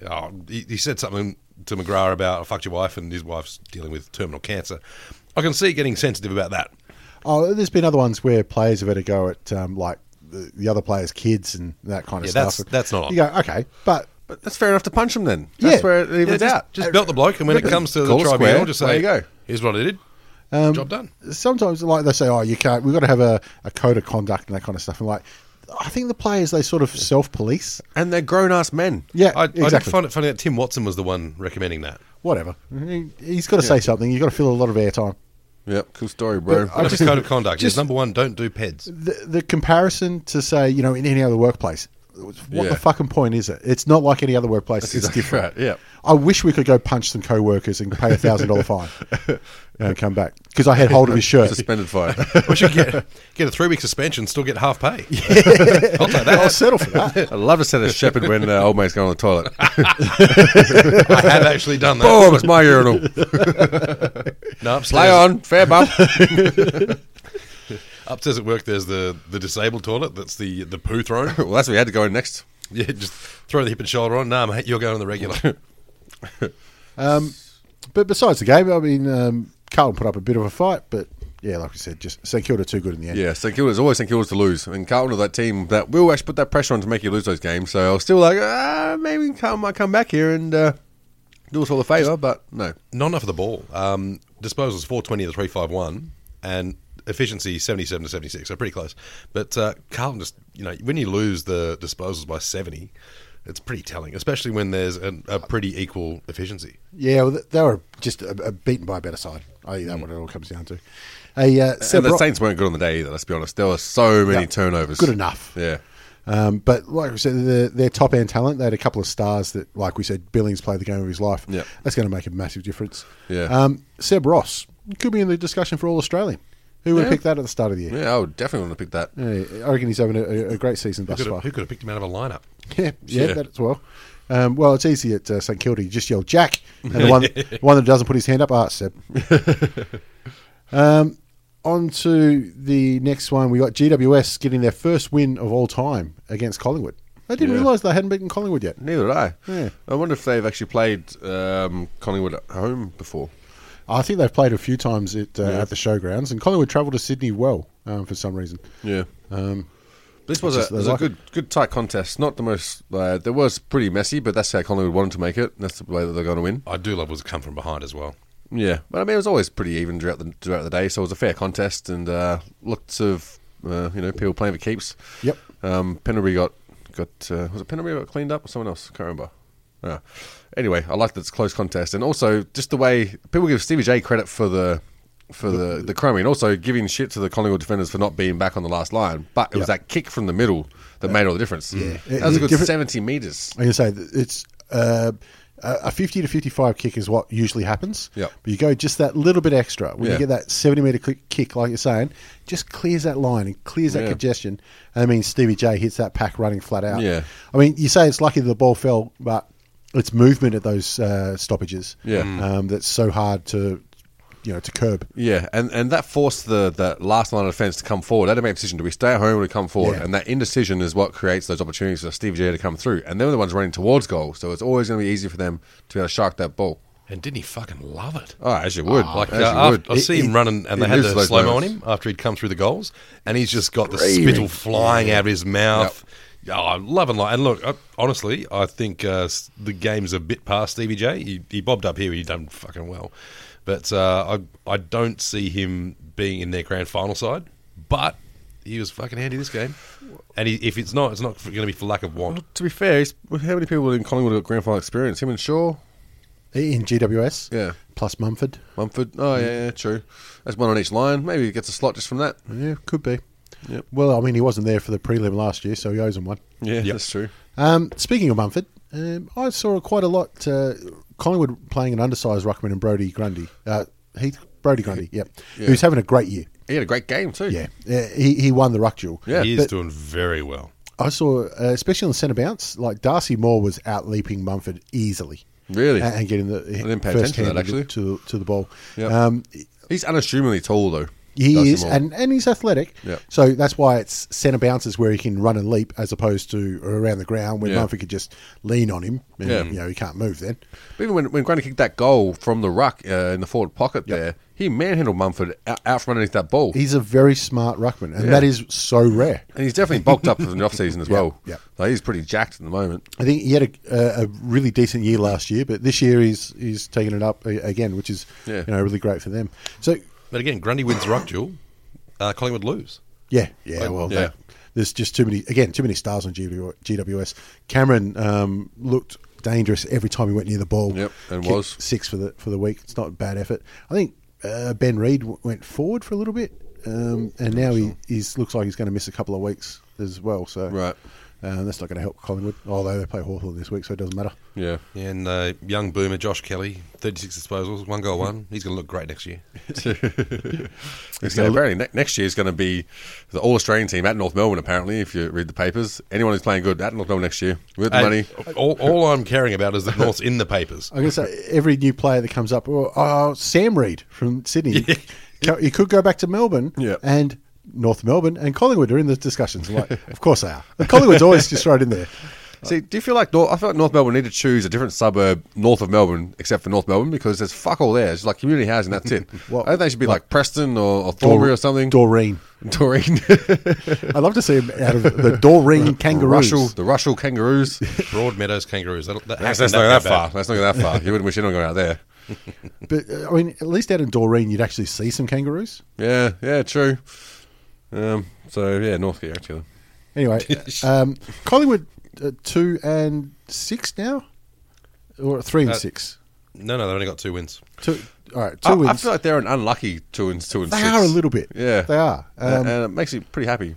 Speaker 4: oh, he, he said something to McGrath about I fucked your wife and his wife's dealing with terminal cancer. I can see getting sensitive about that.
Speaker 3: Oh, there's been other ones where players have had a go at um, like the, the other players' kids and that kind of
Speaker 4: Yeah, that's-
Speaker 3: stuff.
Speaker 4: that's not
Speaker 3: You go okay, but
Speaker 5: But that's fair enough to punch him then. That's
Speaker 3: Yeah.
Speaker 5: where it
Speaker 4: Yeah,
Speaker 5: evens
Speaker 4: just,
Speaker 5: out.
Speaker 4: just belt the bloke, and when it comes to the
Speaker 5: Call it
Speaker 4: tribunal,
Speaker 5: square.
Speaker 4: just
Speaker 5: There
Speaker 4: say,
Speaker 5: you go. Um,
Speaker 4: "Here's what I did. Job done."
Speaker 3: sometimes like they say, oh, you can't. We've got to have a, a code of conduct and that kind of stuff. And like, I think the players they sort of self police.
Speaker 5: And they're grown ass men.
Speaker 3: Yeah,
Speaker 4: I, I did
Speaker 3: exactly.
Speaker 4: find it funny that Tim Watson was the one recommending that.
Speaker 3: Whatever. He- He's got to say something. You've got to fill a lot of airtime.
Speaker 5: Yep, cool story, bro.
Speaker 3: But I
Speaker 4: What
Speaker 3: just-
Speaker 4: his code of conduct
Speaker 3: just-
Speaker 4: is number one: don't do peds.
Speaker 3: The, the comparison to say, you know, in any other workplace, what
Speaker 5: Yeah.
Speaker 3: the fucking point is it? It's not like any other workplace. it's
Speaker 5: exactly
Speaker 3: different.
Speaker 5: right, yeah.
Speaker 3: I wish we could go punch some co-workers and pay a thousand dollar fine and come back because I had hold of his shirt.
Speaker 5: Suspended fire.
Speaker 4: We should get get a three week suspension, still get half pay. I'll take
Speaker 3: I'll
Speaker 4: that.
Speaker 3: settle for that.
Speaker 5: I'd love to set a shepherd when uh, old mate's going on the toilet.
Speaker 4: I have actually done that.
Speaker 5: Boom, it's my urinal.
Speaker 4: No,
Speaker 5: Play
Speaker 4: upstairs-
Speaker 5: on, fair bump.
Speaker 4: Upstairs at work, there's the, the disabled toilet. That's the the poo thrown.
Speaker 5: well, that's what we had to go in next.
Speaker 4: yeah, just throw the hip and shoulder on. Nah, mate, you're going on the regular.
Speaker 3: Um, but besides the game, I mean, um, Carlton put up a bit of a fight, but yeah, like we said, just St Kilda too good in the end.
Speaker 5: Yeah, St Kilda's always St Kilda's to lose, and Carlton are that team that will actually put that pressure on to make you lose those games. So I was still like, ah, maybe Carlton might come back here and uh, do us all a favour, but no.
Speaker 4: Not enough of the ball. Um, disposals four twenty to three five one, and efficiency seventy seven to seventy six. So pretty close. But uh, Carlton just you know when you lose the disposals by seventy, it's pretty telling, especially when there's an, a pretty equal efficiency.
Speaker 3: yeah, well, they were just uh, beaten by a better side. I think that's what it all comes down to. A uh, Seb
Speaker 5: Mm. and the
Speaker 3: Ro-
Speaker 5: Saints weren't good on the day either. Let's be honest. There were so many
Speaker 3: Yeah.
Speaker 5: turnovers.
Speaker 3: Good enough.
Speaker 5: Yeah.
Speaker 3: Um, but like we said, the, their top end talent, they had a couple of stars that, like we said, Billings played the game of his life.
Speaker 5: Yep.
Speaker 3: That's going to make a massive difference.
Speaker 5: Yeah.
Speaker 3: Um, Seb Ross could be in the discussion for All Australian. Who would have
Speaker 5: Yeah.
Speaker 3: picked that at the start of the year?
Speaker 5: Yeah, I would definitely want to pick that.
Speaker 3: Yeah, I reckon he's having a, a- a great season
Speaker 4: Who
Speaker 3: thus
Speaker 4: could, have,
Speaker 3: far.
Speaker 4: who could have picked him out of a lineup?
Speaker 3: Yeah, yeah,
Speaker 5: Yeah.
Speaker 3: that as well. Um, well, it's easy at uh, St Kilda. You just yell Jack, and the one, the one that doesn't put his hand up, ah, Seb. um, on to the next one. We got GWS getting their first win of all time against Collingwood. I didn't
Speaker 5: Yeah.
Speaker 3: realise they hadn't beaten Collingwood yet.
Speaker 5: Neither did I.
Speaker 3: Yeah.
Speaker 5: I wonder if they've actually played um, Collingwood at home before.
Speaker 3: I think they've played a few times at, uh,
Speaker 5: Yeah.
Speaker 3: at the showgrounds, and Collingwood travelled to Sydney well um, for some reason.
Speaker 5: Yeah. Um, This was
Speaker 3: It's just-
Speaker 5: a,
Speaker 3: they
Speaker 5: it was a
Speaker 3: like it.
Speaker 5: good, good tight contest. Not the most. Uh, there was pretty messy, but that's how Collingwood wanted to make it. That's the way that they're going to win.
Speaker 4: I do love was come from behind as well.
Speaker 5: Yeah, but I mean, it was always pretty even throughout the throughout the day, so it was a fair contest and uh, lots of uh, you know people playing for keeps.
Speaker 3: Yep.
Speaker 5: Um, Penderbury got got uh, was it Penderbury got cleaned up or someone else? I can't remember. Yeah. Anyway, I like that it's a close contest and also just the way people give Stevie J credit for the for the the crummy and also giving shit to the Collingwood defenders for not being back on the last line. But it was
Speaker 3: Yep.
Speaker 5: that kick from the middle that made all the difference. Yeah, that was a good
Speaker 3: Different-
Speaker 5: seventy meters.
Speaker 3: I can say that it's uh, a a 50 to 55 kick is what usually happens.
Speaker 5: Yeah.
Speaker 3: But you go just that little bit extra when
Speaker 5: Yeah.
Speaker 3: you get that 70 meter click, kick, like you're saying, just clears that line and clears that
Speaker 5: Yeah.
Speaker 3: congestion. And I mean, Stevie J hits that pack running flat out.
Speaker 5: Yeah.
Speaker 3: I mean, you say it's lucky the ball fell, but it's movement at those uh, stoppages.
Speaker 5: Yeah. Mm.
Speaker 3: Um, that's so hard to, you know, to curb.
Speaker 5: Yeah, and, and that forced the, the last line of defence to come forward. They had to make a decision. Do we stay at home or do we come forward?
Speaker 3: Yeah.
Speaker 5: And that indecision is what creates those opportunities for Steve J to come through. And they're the ones running towards goal, so it's always going to be easy for them to be able to shark that ball.
Speaker 4: And didn't he fucking love it?
Speaker 5: Oh, as you would.
Speaker 4: Like
Speaker 5: as
Speaker 4: uh,
Speaker 5: you
Speaker 4: after-
Speaker 5: would.
Speaker 4: I see him running, and they
Speaker 5: he
Speaker 4: had
Speaker 5: lives
Speaker 4: the
Speaker 5: those
Speaker 4: slow mo on
Speaker 5: moments.
Speaker 4: him after he'd come through the goals, and he's just got the spittle flying out of his mouth. Yeah, I love and like, and look, uh, honestly, I think uh, s- the game's a bit past Stevie J. He, he bobbed up here, he done fucking well, but uh, I I don't see him being in their grand final side. But he was fucking handy this game, and he, if it's not, it's not going to be for lack of want.
Speaker 5: To be fair, he's, how many people in Collingwood have got grand final experience? Him and Shaw,
Speaker 3: In GWS.
Speaker 5: Yeah.
Speaker 3: Plus Mumford.
Speaker 5: Mumford. Oh, yeah, yeah, true. That's one on each line. Maybe he gets a slot just from that.
Speaker 3: Yeah, could be.
Speaker 5: Yep.
Speaker 3: Well, I mean, he wasn't there for the prelim last year, so he owes him one.
Speaker 5: Yeah,
Speaker 4: Yep.
Speaker 5: that's true.
Speaker 3: Um, speaking of Mumford, um, I saw quite a lot. Uh, Collingwood playing an undersized ruckman and Brody Grundy. Uh, Heath Brody Grundy, yep.
Speaker 5: Yeah.
Speaker 3: Who's having a great year.
Speaker 5: He had a great game, too.
Speaker 3: Yeah, uh, he he won the ruck duel.
Speaker 5: Yeah,
Speaker 4: he is
Speaker 3: but-
Speaker 4: doing very well.
Speaker 3: I saw, uh, especially on the centre bounce, like Darcy Moore was out leaping Mumford easily.
Speaker 5: Really?
Speaker 3: and, and getting the I
Speaker 5: didn't pay attention to that, actually.
Speaker 3: to to the ball.
Speaker 5: Yep.
Speaker 3: Um,
Speaker 5: He's unassumingly tall, though.
Speaker 3: he
Speaker 5: Darcy
Speaker 3: is,
Speaker 5: Moore.
Speaker 3: and, and he's athletic.
Speaker 5: Yep.
Speaker 3: So that's why it's centre bounces where he can run and leap as opposed to around the ground where
Speaker 5: Yeah.
Speaker 3: Mumford could just lean on him. And,
Speaker 5: Yeah.
Speaker 3: You know, he can't move then.
Speaker 5: But even when, when Grundy kicked that goal from the ruck uh, in the forward pocket there, he manhandled Mumford out, out from underneath that ball.
Speaker 3: He's a very smart ruckman, and that is so rare.
Speaker 5: and he's definitely bulked up in the off season as well.
Speaker 3: yeah.
Speaker 5: So he's pretty jacked at the moment.
Speaker 3: I think he had a, a, a really decent year last year, but this year he's he's taken it up a- again, which is
Speaker 5: Yeah.
Speaker 3: you know really great for them. So
Speaker 4: But again, Grundy wins the ruck duel, uh, Collingwood lose.
Speaker 3: yeah, yeah, well,
Speaker 5: yeah.
Speaker 3: that- there's just too many again too many stars on GW, GWS. Cameron um, looked dangerous every time he went near the ball.
Speaker 5: Yep, and
Speaker 3: Kicked
Speaker 5: was.
Speaker 3: six for the for the week. It's not a bad effort. I think uh, Ben Reed w- went forward for a little bit, um, and now he he's, looks like he's going to miss a couple of weeks as well. So
Speaker 5: Right.
Speaker 3: Um, that's not going to help Collingwood, although they play Hawthorn this week, so it doesn't matter.
Speaker 5: Yeah.
Speaker 4: And uh, young boomer Josh Kelly, 36 disposals, one goal, one. He's going to look great next year.
Speaker 5: So apparently ne- next year is going to be the All Australian team at North Melbourne, apparently, if you read the papers. Anyone who's playing good at North Melbourne next year with the
Speaker 4: And
Speaker 5: money.
Speaker 4: All, all I'm caring about is that North's in the papers.
Speaker 3: I'm going to say every new player that comes up. Oh, oh, Sam Reed from Sydney. Co- He could go back to Melbourne.
Speaker 5: Yeah.
Speaker 3: And North Melbourne and Collingwood are in the discussions. I'm Like, of course they are. And Collingwood's always just right in there.
Speaker 5: See, do you feel like North, I feel like North Melbourne need to choose a different suburb north of Melbourne, except for North Melbourne, because there's fuck all there. It's like community housing, that's it.
Speaker 3: Well,
Speaker 5: I think they should be like, Preston or, or Thornbury or something.
Speaker 3: Doreen.
Speaker 5: Doreen.
Speaker 3: I'd love to see him out of the Doreen Kangaroos.
Speaker 5: Russell, the Russell Kangaroos.
Speaker 4: Broadmeadows, Kangaroos. That, that
Speaker 5: That's,
Speaker 4: hasn't
Speaker 5: not that,
Speaker 4: bad.
Speaker 5: far. That's not that far. You wouldn't wish anyone going out there.
Speaker 3: But uh, I mean, at least out in Doreen, you'd actually see some kangaroos.
Speaker 5: Yeah, yeah, true. Um, so yeah, Northgate actually.
Speaker 3: Anyway, um, Collingwood uh, two and six now, or three and
Speaker 4: Uh,
Speaker 3: six.
Speaker 4: No, no, they've only got two wins.
Speaker 3: Two. All right, two
Speaker 5: I,
Speaker 3: wins.
Speaker 5: I feel like they're an unlucky two and two and
Speaker 3: they
Speaker 5: six.
Speaker 3: are a little bit.
Speaker 5: Yeah, Uh,
Speaker 3: they are.
Speaker 5: and,
Speaker 3: Um,
Speaker 5: and it makes you pretty happy.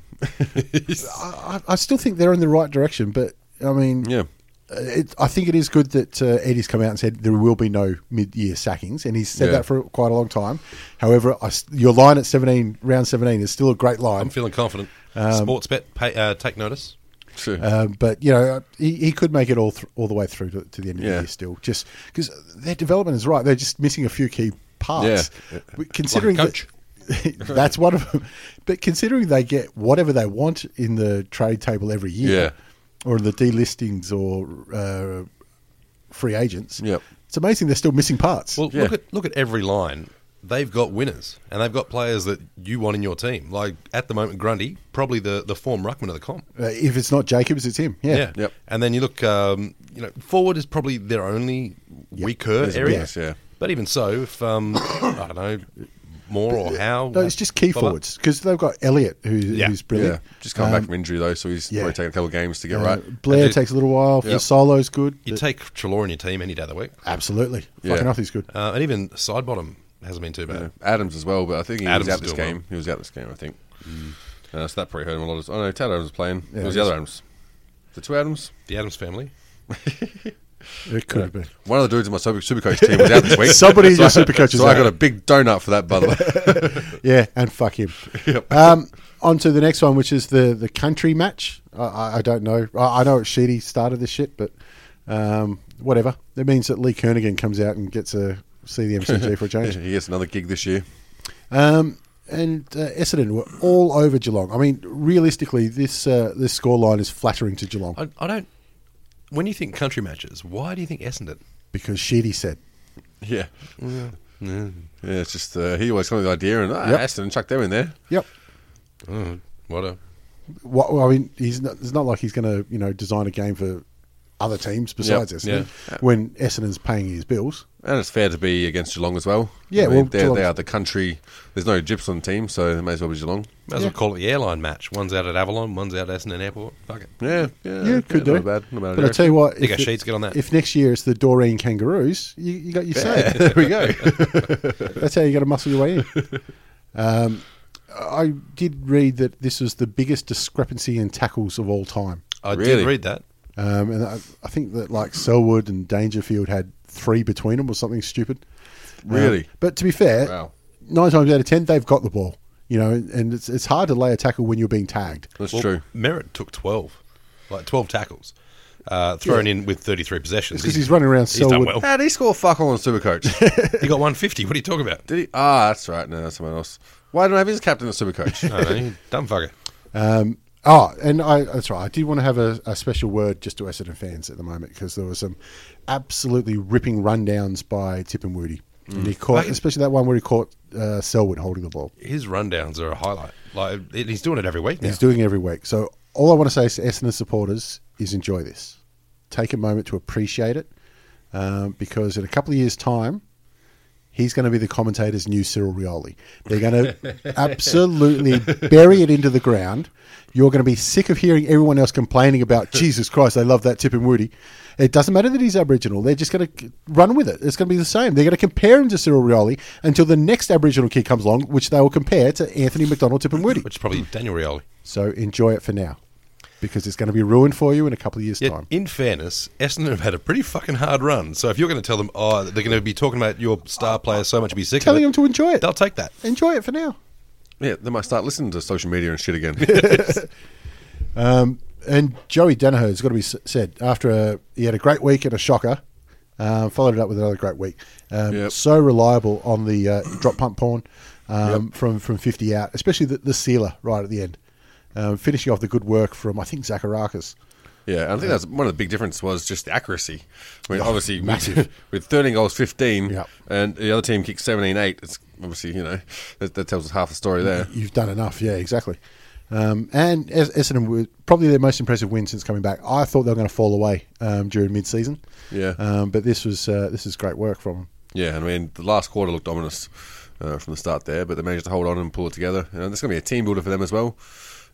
Speaker 3: I, I still think they're in the right direction, but I mean,
Speaker 5: Yeah.
Speaker 3: it, I think it is good that uh, Eddie's come out and said there will be no mid-year sackings, and he's said
Speaker 5: Yeah.
Speaker 3: that for quite a long time. However, I s your line at seventeen, round seventeen, is still a great
Speaker 4: I'm
Speaker 5: Um,
Speaker 3: line.
Speaker 4: feeling confident. Sports bet, pay, uh, take notice.
Speaker 5: True.
Speaker 3: Um, but you know, he, he could make it all thr all the way through to, to the end of the
Speaker 5: Yeah.
Speaker 3: year still, just because their development is right. They're just missing a few key parts.
Speaker 5: Yeah.
Speaker 3: But Considering
Speaker 4: Like a coach.
Speaker 3: that- that's one of them. But considering they get whatever they want in the trade table every year,
Speaker 5: Yeah.
Speaker 3: or the delistings or uh, free agents,
Speaker 5: Yep.
Speaker 3: it's amazing they're still missing parts.
Speaker 4: Well,
Speaker 5: Yeah.
Speaker 4: look at look at every line. they've got winners and they've got players that you want in your team. Like at the moment, Grundy probably the the form ruckman of the comp.
Speaker 3: Uh, if it's not Jacobs, it's him. Yeah.
Speaker 4: Yeah.
Speaker 5: Yep.
Speaker 4: And then you look, um, you know, forward is probably their only weaker
Speaker 5: There's a
Speaker 4: area.
Speaker 5: weakness, yeah.
Speaker 4: But even so, if um, I don't know more or how,
Speaker 3: uh, No, it's just key
Speaker 4: Blah, blah.
Speaker 3: forwards because they've got Elliott, who,
Speaker 4: Yeah.
Speaker 3: who's
Speaker 5: Yeah,
Speaker 3: brilliant.
Speaker 5: just come back from injury though, so he's
Speaker 3: Um, yeah.
Speaker 5: probably taking a couple of games to get
Speaker 3: Uh,
Speaker 5: right.
Speaker 3: Blair
Speaker 4: And they-
Speaker 3: takes a little while.
Speaker 5: Yep.
Speaker 3: Solo's good.
Speaker 4: You take Trelaw in your team any day of the week,
Speaker 3: Absolutely.
Speaker 5: Yeah.
Speaker 3: Fucking off, he's good.
Speaker 4: uh, and even side bottom hasn't been too bad.
Speaker 5: Yeah. Adams as well, but I think he
Speaker 4: Adams
Speaker 5: was out
Speaker 4: is
Speaker 5: this
Speaker 4: doing
Speaker 5: game. He was out this game, I think. Uh, so that probably hurt him a lot. Of, oh no, Tad Adams was playing.
Speaker 3: Yeah,
Speaker 5: it was
Speaker 3: it
Speaker 5: the other
Speaker 3: is.
Speaker 5: Adams. The two Adams.
Speaker 4: The Adams family.
Speaker 3: It could have been.
Speaker 5: One of the dudes in my super, Supercoach team was out this week.
Speaker 3: Somebody in your
Speaker 5: So I-
Speaker 3: Supercoach is
Speaker 5: So I
Speaker 3: out.
Speaker 5: got a big donut for that, by the way.
Speaker 3: Yeah, and fuck him. Um, on to the next one, which is the, the country match. I, I, I don't know. I, I know it's Sheedy started this shit, but um, whatever. It means that Lee Kernigan comes out and gets a see the MCG for a change.
Speaker 5: he gets another gig this year.
Speaker 3: Um, and uh, Essendon were all over Geelong. I mean, realistically, this uh, this scoreline is flattering to Geelong
Speaker 4: I, I don't. When you think country matches, why do you think Essendon?
Speaker 3: because Sheedy said,
Speaker 5: Yeah. Yeah, it's just uh, he always comes with the idea and ah,
Speaker 3: Yep.
Speaker 5: Aston chuck them in there.
Speaker 3: "Yep."
Speaker 4: Oh, what a
Speaker 3: What, well, I mean, he's not, it's not like he's going to you know design a game for other teams besides Essendon
Speaker 4: yeah.
Speaker 3: when Essendon's paying his bills.
Speaker 5: And it's fair to be against Geelong as well.
Speaker 3: Yeah,
Speaker 5: I mean,
Speaker 3: well,
Speaker 5: they're,
Speaker 3: Geelong's-
Speaker 5: they are the country. There's no Gypsum team, so they may as well be Geelong.
Speaker 4: May as well call it the airline match. One's out at Avalon, one's out at Essendon Airport. Fuck it.
Speaker 5: Yeah, yeah,
Speaker 3: Yeah, it could
Speaker 5: yeah,
Speaker 3: do.
Speaker 5: Not bad. Not bad
Speaker 3: but I tell you what,
Speaker 4: Think
Speaker 3: if,
Speaker 4: our sheets get on that.
Speaker 3: if next year it's the Doreen Kangaroos, you, you got your say.
Speaker 5: there we go.
Speaker 3: That's how you got to muscle your way in. Um, I did read that this was the biggest discrepancy in tackles of all time.
Speaker 4: I
Speaker 5: Really?
Speaker 4: did read that.
Speaker 3: Um, and I, I think that like Selwood and Dangerfield had three between them or something stupid.
Speaker 5: Really?
Speaker 3: Um, but to be fair,
Speaker 5: Wow.
Speaker 3: nine times out of ten, they've got the ball. You know, and, and it's, it's hard to lay a tackle when you're being tagged.
Speaker 5: That's
Speaker 4: Well,
Speaker 5: true.
Speaker 4: Merritt took 12, like 12 tackles, uh, thrown in with 33 possessions.
Speaker 3: It's 'cause he's running around
Speaker 4: He's
Speaker 3: so
Speaker 4: done
Speaker 3: well.
Speaker 4: well.
Speaker 5: How did he score fuck all on Supercoach?
Speaker 4: he got 150. What are you talking about?
Speaker 5: did he? Ah, that's right. No, that's someone else. Why don't I have his captain at Supercoach?
Speaker 4: I don't know, you dumb fucker.
Speaker 3: Oh, and I, that's right. I did want to have a, a special word just to Essendon fans at the moment because there were some absolutely ripping rundowns by Tip and Woody. And
Speaker 5: Mm.
Speaker 3: he caught,
Speaker 4: Fucking-
Speaker 3: especially that one where he caught uh, Selwood holding the ball.
Speaker 4: His rundowns are a highlight. Like and he's doing it every week now.
Speaker 3: He's doing it every week. So all I want to say to Essendon supporters is enjoy this. Take a moment to appreciate it um, because in a couple of years' time, he's going to be the commentator's new Cyril Rioli. They're going to absolutely bury it into the ground. You're going to be sick of hearing everyone else complaining about Jesus Christ. They love that Tip and Woody. It doesn't matter that he's Aboriginal. They're just going to run with it. It's going to be the same. They're going to compare him to Cyril Rioli until the next Aboriginal kid comes along, which they will compare to Anthony McDonald Tip and Woody.
Speaker 4: which is probably Daniel Rioli.
Speaker 3: So enjoy it for now, because it's going to be ruined for you in a couple of years'
Speaker 4: Yet,
Speaker 3: time.
Speaker 4: in fairness, Essendon have had a pretty fucking hard run. So if you're going to tell them, oh, they're going to be talking about your star player so much, you'll be sick
Speaker 3: Telling
Speaker 4: of
Speaker 3: them to
Speaker 4: it,
Speaker 3: enjoy it.
Speaker 4: they'll take that.
Speaker 3: Enjoy it for now.
Speaker 5: yeah, they might start listening to social media and shit again.
Speaker 3: And Joey Danaher has got to be s- said after a, he had a great week and a shocker, um, followed it up with another great week. Um,
Speaker 5: Yep.
Speaker 3: So reliable on the uh, drop pump porn um, from from fifty out, especially the, the sealer right at the end, um, finishing off the good work from I think Zacharakis.
Speaker 5: Yeah, and I think that's one of the big difference was just the accuracy. I mean,
Speaker 3: Oh,
Speaker 5: obviously,
Speaker 3: massive.
Speaker 5: with, with 13 goals, 15,
Speaker 3: Yep.
Speaker 5: and the other team kicked 17 8. It's obviously, you know, that, that tells us half the story there.
Speaker 3: You've done enough. Yeah, exactly. Um, and Es- Essendon were probably their most impressive win since coming back. I thought they were going to fall away um, during mid-season.
Speaker 5: Yeah.
Speaker 3: Um, but this was uh, this is great work from them.
Speaker 5: Yeah, and I mean, the last quarter looked ominous uh, from the start there, but they managed to hold on and pull it together. And there's going to be a team builder for them as well.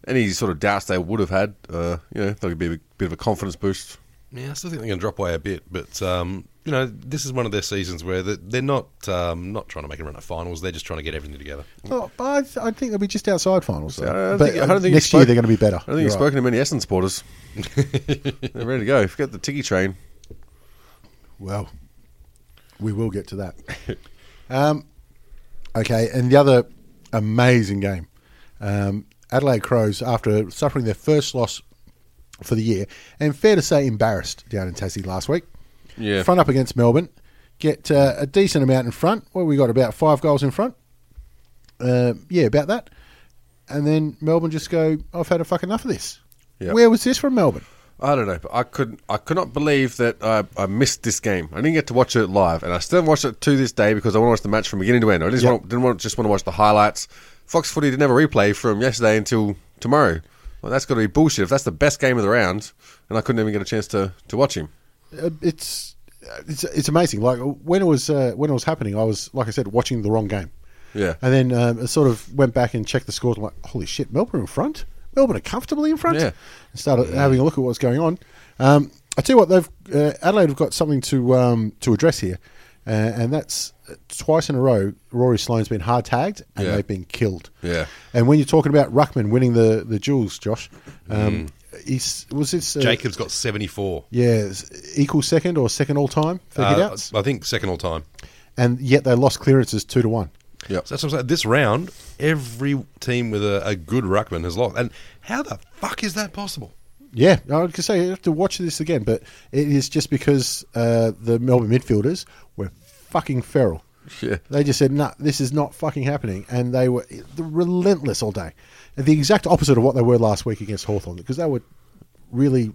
Speaker 5: Any sort of doubts they would have had, uh, you know, that could be a bit- bit of a confidence boost.
Speaker 4: Yeah, I still think they're going to drop away a bit, but um, you know, this is one of their seasons where they- they're not um, not trying to make a run at finals. They're just trying to get everything together.
Speaker 3: Oh, but I, th- I think they'll be just outside finals. though.
Speaker 5: I don't
Speaker 3: but
Speaker 5: think- I don't think
Speaker 3: next
Speaker 5: you've
Speaker 3: year
Speaker 5: spoke-
Speaker 3: they're going to be better.
Speaker 5: I don't think
Speaker 3: You're
Speaker 5: you've
Speaker 3: right.
Speaker 5: spoken to many Essendon supporters. They're ready to go. Forget the Tiki train.
Speaker 3: Well, we will get to that. um, okay, and the other amazing game, um, Adelaide Crows, after suffering their first loss for the year, and fair to say embarrassed down in Tassie last week.
Speaker 5: Yeah.
Speaker 3: front up against Melbourne, get uh, a decent amount in front. Well, we got about five goals in front. Uh, yeah, about that. And then Melbourne just go, I've had a fuck enough of this.
Speaker 5: Yep.
Speaker 3: Where was this from Melbourne?
Speaker 5: I don't know, but I could I could not believe that I, I missed this game. I didn't get to watch it live, and I still haven't watched it to this day because I want to watch the match from beginning to end. I just
Speaker 3: Yep.
Speaker 5: want, didn't want just want to watch the highlights. Fox Footy didn't have a replay from yesterday until tomorrow. Well, that's got to be bullshit. If that's the best game of the round, and I couldn't even get a chance to, to watch him.
Speaker 3: Uh, it's uh, it's it's amazing. Like when it was uh, when it was happening, I was like I said, watching the wrong game.
Speaker 5: Yeah.
Speaker 3: and then um, I sort of went back and checked the scores. I'm like, holy shit, Melbourne in front. Melbourne are comfortably in front.
Speaker 5: Yeah.
Speaker 3: and started having a look at what's going on. Um, I tell you what, they've uh, Adelaide have got something to um, to address here, uh, and that's uh, twice in a row. Rory Sloane's been hard tagged and
Speaker 5: Yeah.
Speaker 3: they've been killed.
Speaker 5: Yeah.
Speaker 3: and when you're talking about Ruckman winning the the jewels, Josh,
Speaker 5: Mm.
Speaker 3: um, he's was this uh,
Speaker 4: Jacob's got 74.
Speaker 3: yeah, it's equal second or second all time for
Speaker 4: Uh,
Speaker 3: hit hitouts,
Speaker 4: I think second all time.
Speaker 3: and yet they lost clearances two to one.
Speaker 5: Yep.
Speaker 4: So that's what I'm saying. This round, every team with a, a good ruckman has lost. And how the fuck is that possible?
Speaker 3: Yeah, I could say you have to watch this again, but it is just because uh, the Melbourne midfielders were fucking feral.
Speaker 5: Yeah.
Speaker 3: They just said, "Nah, this is not fucking happening," and they were eh, relentless all day. The exact opposite of what they were last week against Hawthorn, because they were really,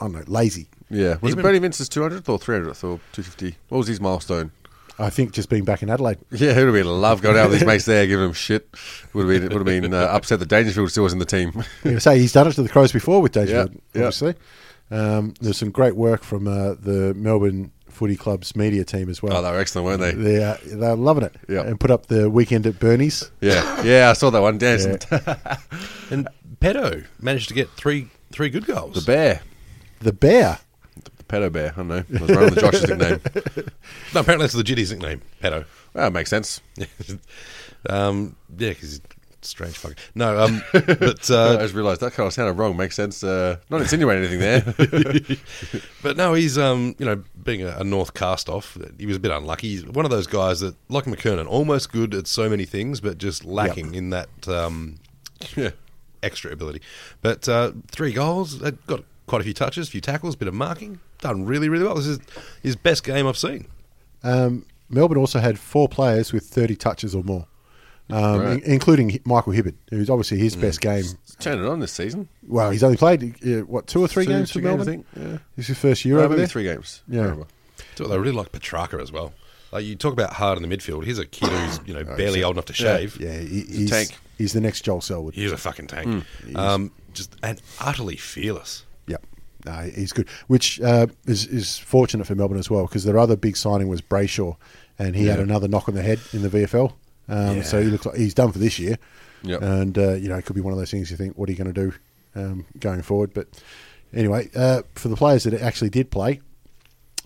Speaker 3: I don't know, lazy.
Speaker 5: Yeah. Was
Speaker 4: Even-
Speaker 5: it Bernie Vince's 200th or 300th or 250? What was his milestone?
Speaker 3: I think just being back in Adelaide.
Speaker 5: Yeah, it would have been love going out with his mates there, giving them shit. Would have been, would have been uh, upset that Dangerfield still was in the team.
Speaker 3: You know, say he's done it to the Crows before with Dangerfield,
Speaker 5: Yeah, yeah.
Speaker 3: obviously. Um, there's some great work from uh, the Melbourne Footy Club's media team as well.
Speaker 5: Oh, they were excellent, weren't they?
Speaker 3: They are, they're loving it.
Speaker 5: Yeah.
Speaker 3: And put up the weekend at Bernie's.
Speaker 5: Yeah, yeah, I saw that one dancing.
Speaker 4: And Pedo managed to get three three good goals.
Speaker 5: The bear,
Speaker 3: The bear.
Speaker 5: the pedo bear. I don't know. I was running the Josh's nickname.
Speaker 4: No, apparently that's the Jitty's nickname, Pedo.
Speaker 5: Well, it makes sense.
Speaker 4: um, yeah, because he's a strange fucker. No, um, but uh,
Speaker 5: I just realised that kind of sounded wrong. Makes sense. Uh, not insinuating anything there.
Speaker 4: But no, he's um, you know, being a, a North cast off, he was a bit unlucky. He's one of those guys that, like McKernan, almost good at so many things, but just lacking in that um,
Speaker 5: yeah.
Speaker 4: extra ability. But uh, three goals, uh, got quite a few touches, a few tackles, bit of marking, done really, really well. This is his best game I've seen.
Speaker 3: Um, Melbourne also had four players with 30 touches or more, um,
Speaker 5: Right. Mm.
Speaker 3: in- including Hi- Michael Hibbard, who's obviously his best game.
Speaker 5: Turn it on this season.
Speaker 3: Well, he's only played, uh, what, two or three
Speaker 5: Two-
Speaker 3: games
Speaker 5: two
Speaker 3: for Melbourne?
Speaker 5: games, I think, yeah.
Speaker 3: This is his first year
Speaker 5: Uh,
Speaker 3: over
Speaker 5: maybe
Speaker 3: there?
Speaker 5: three games.
Speaker 3: Yeah.
Speaker 5: Terrible.
Speaker 4: So they really like Petrarca as well. Like you talk about hard in the midfield, here's a kid who's you know barely old enough to shave.
Speaker 3: Oh, Yeah, he, he's,
Speaker 5: tank.
Speaker 3: he's the next Joel Selwood.
Speaker 4: He's a fucking tank.
Speaker 3: Mm.
Speaker 4: um, just and utterly fearless.
Speaker 3: Yeah. No, he's good, which uh, is is fortunate for Melbourne as well because their other big signing was Brayshaw, and he had another knock on the head in the VFL. Um, So he looks like he's done for this year.
Speaker 5: Yep.
Speaker 3: And uh, you know, it could be one of those things you think, what are you going to do um, going forward? But anyway, uh, for the players that actually did play.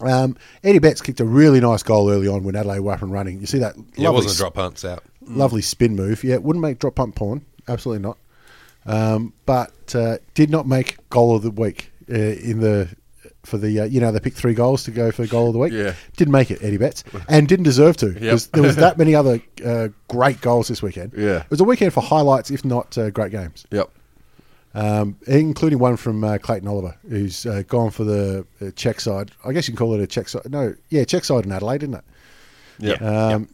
Speaker 3: Um, Eddie Betts kicked a really nice goal early on when Adelaide were up and running. You see that
Speaker 4: Yeah, it
Speaker 3: lovely
Speaker 4: wasn't a drop punts out.
Speaker 3: Mm. lovely spin move. Yeah, it wouldn't make drop punt porn. Absolutely not. Um, but uh, did not make goal of the week uh, in the for the uh, you know they picked three goals to go for goal of the week.
Speaker 5: Yeah.
Speaker 3: didn't make it Eddie Betts and didn't deserve to because there was that many other uh, great goals this weekend.
Speaker 5: Yeah.
Speaker 3: it was a weekend for highlights, if not uh, great games,
Speaker 5: Yep.
Speaker 3: um, including one from uh, Clayton Oliver who's uh, gone for the uh, check side. I guess you can call it a check side. No, yeah, check side in Adelaide, didn't it?
Speaker 5: Yep.
Speaker 3: Um,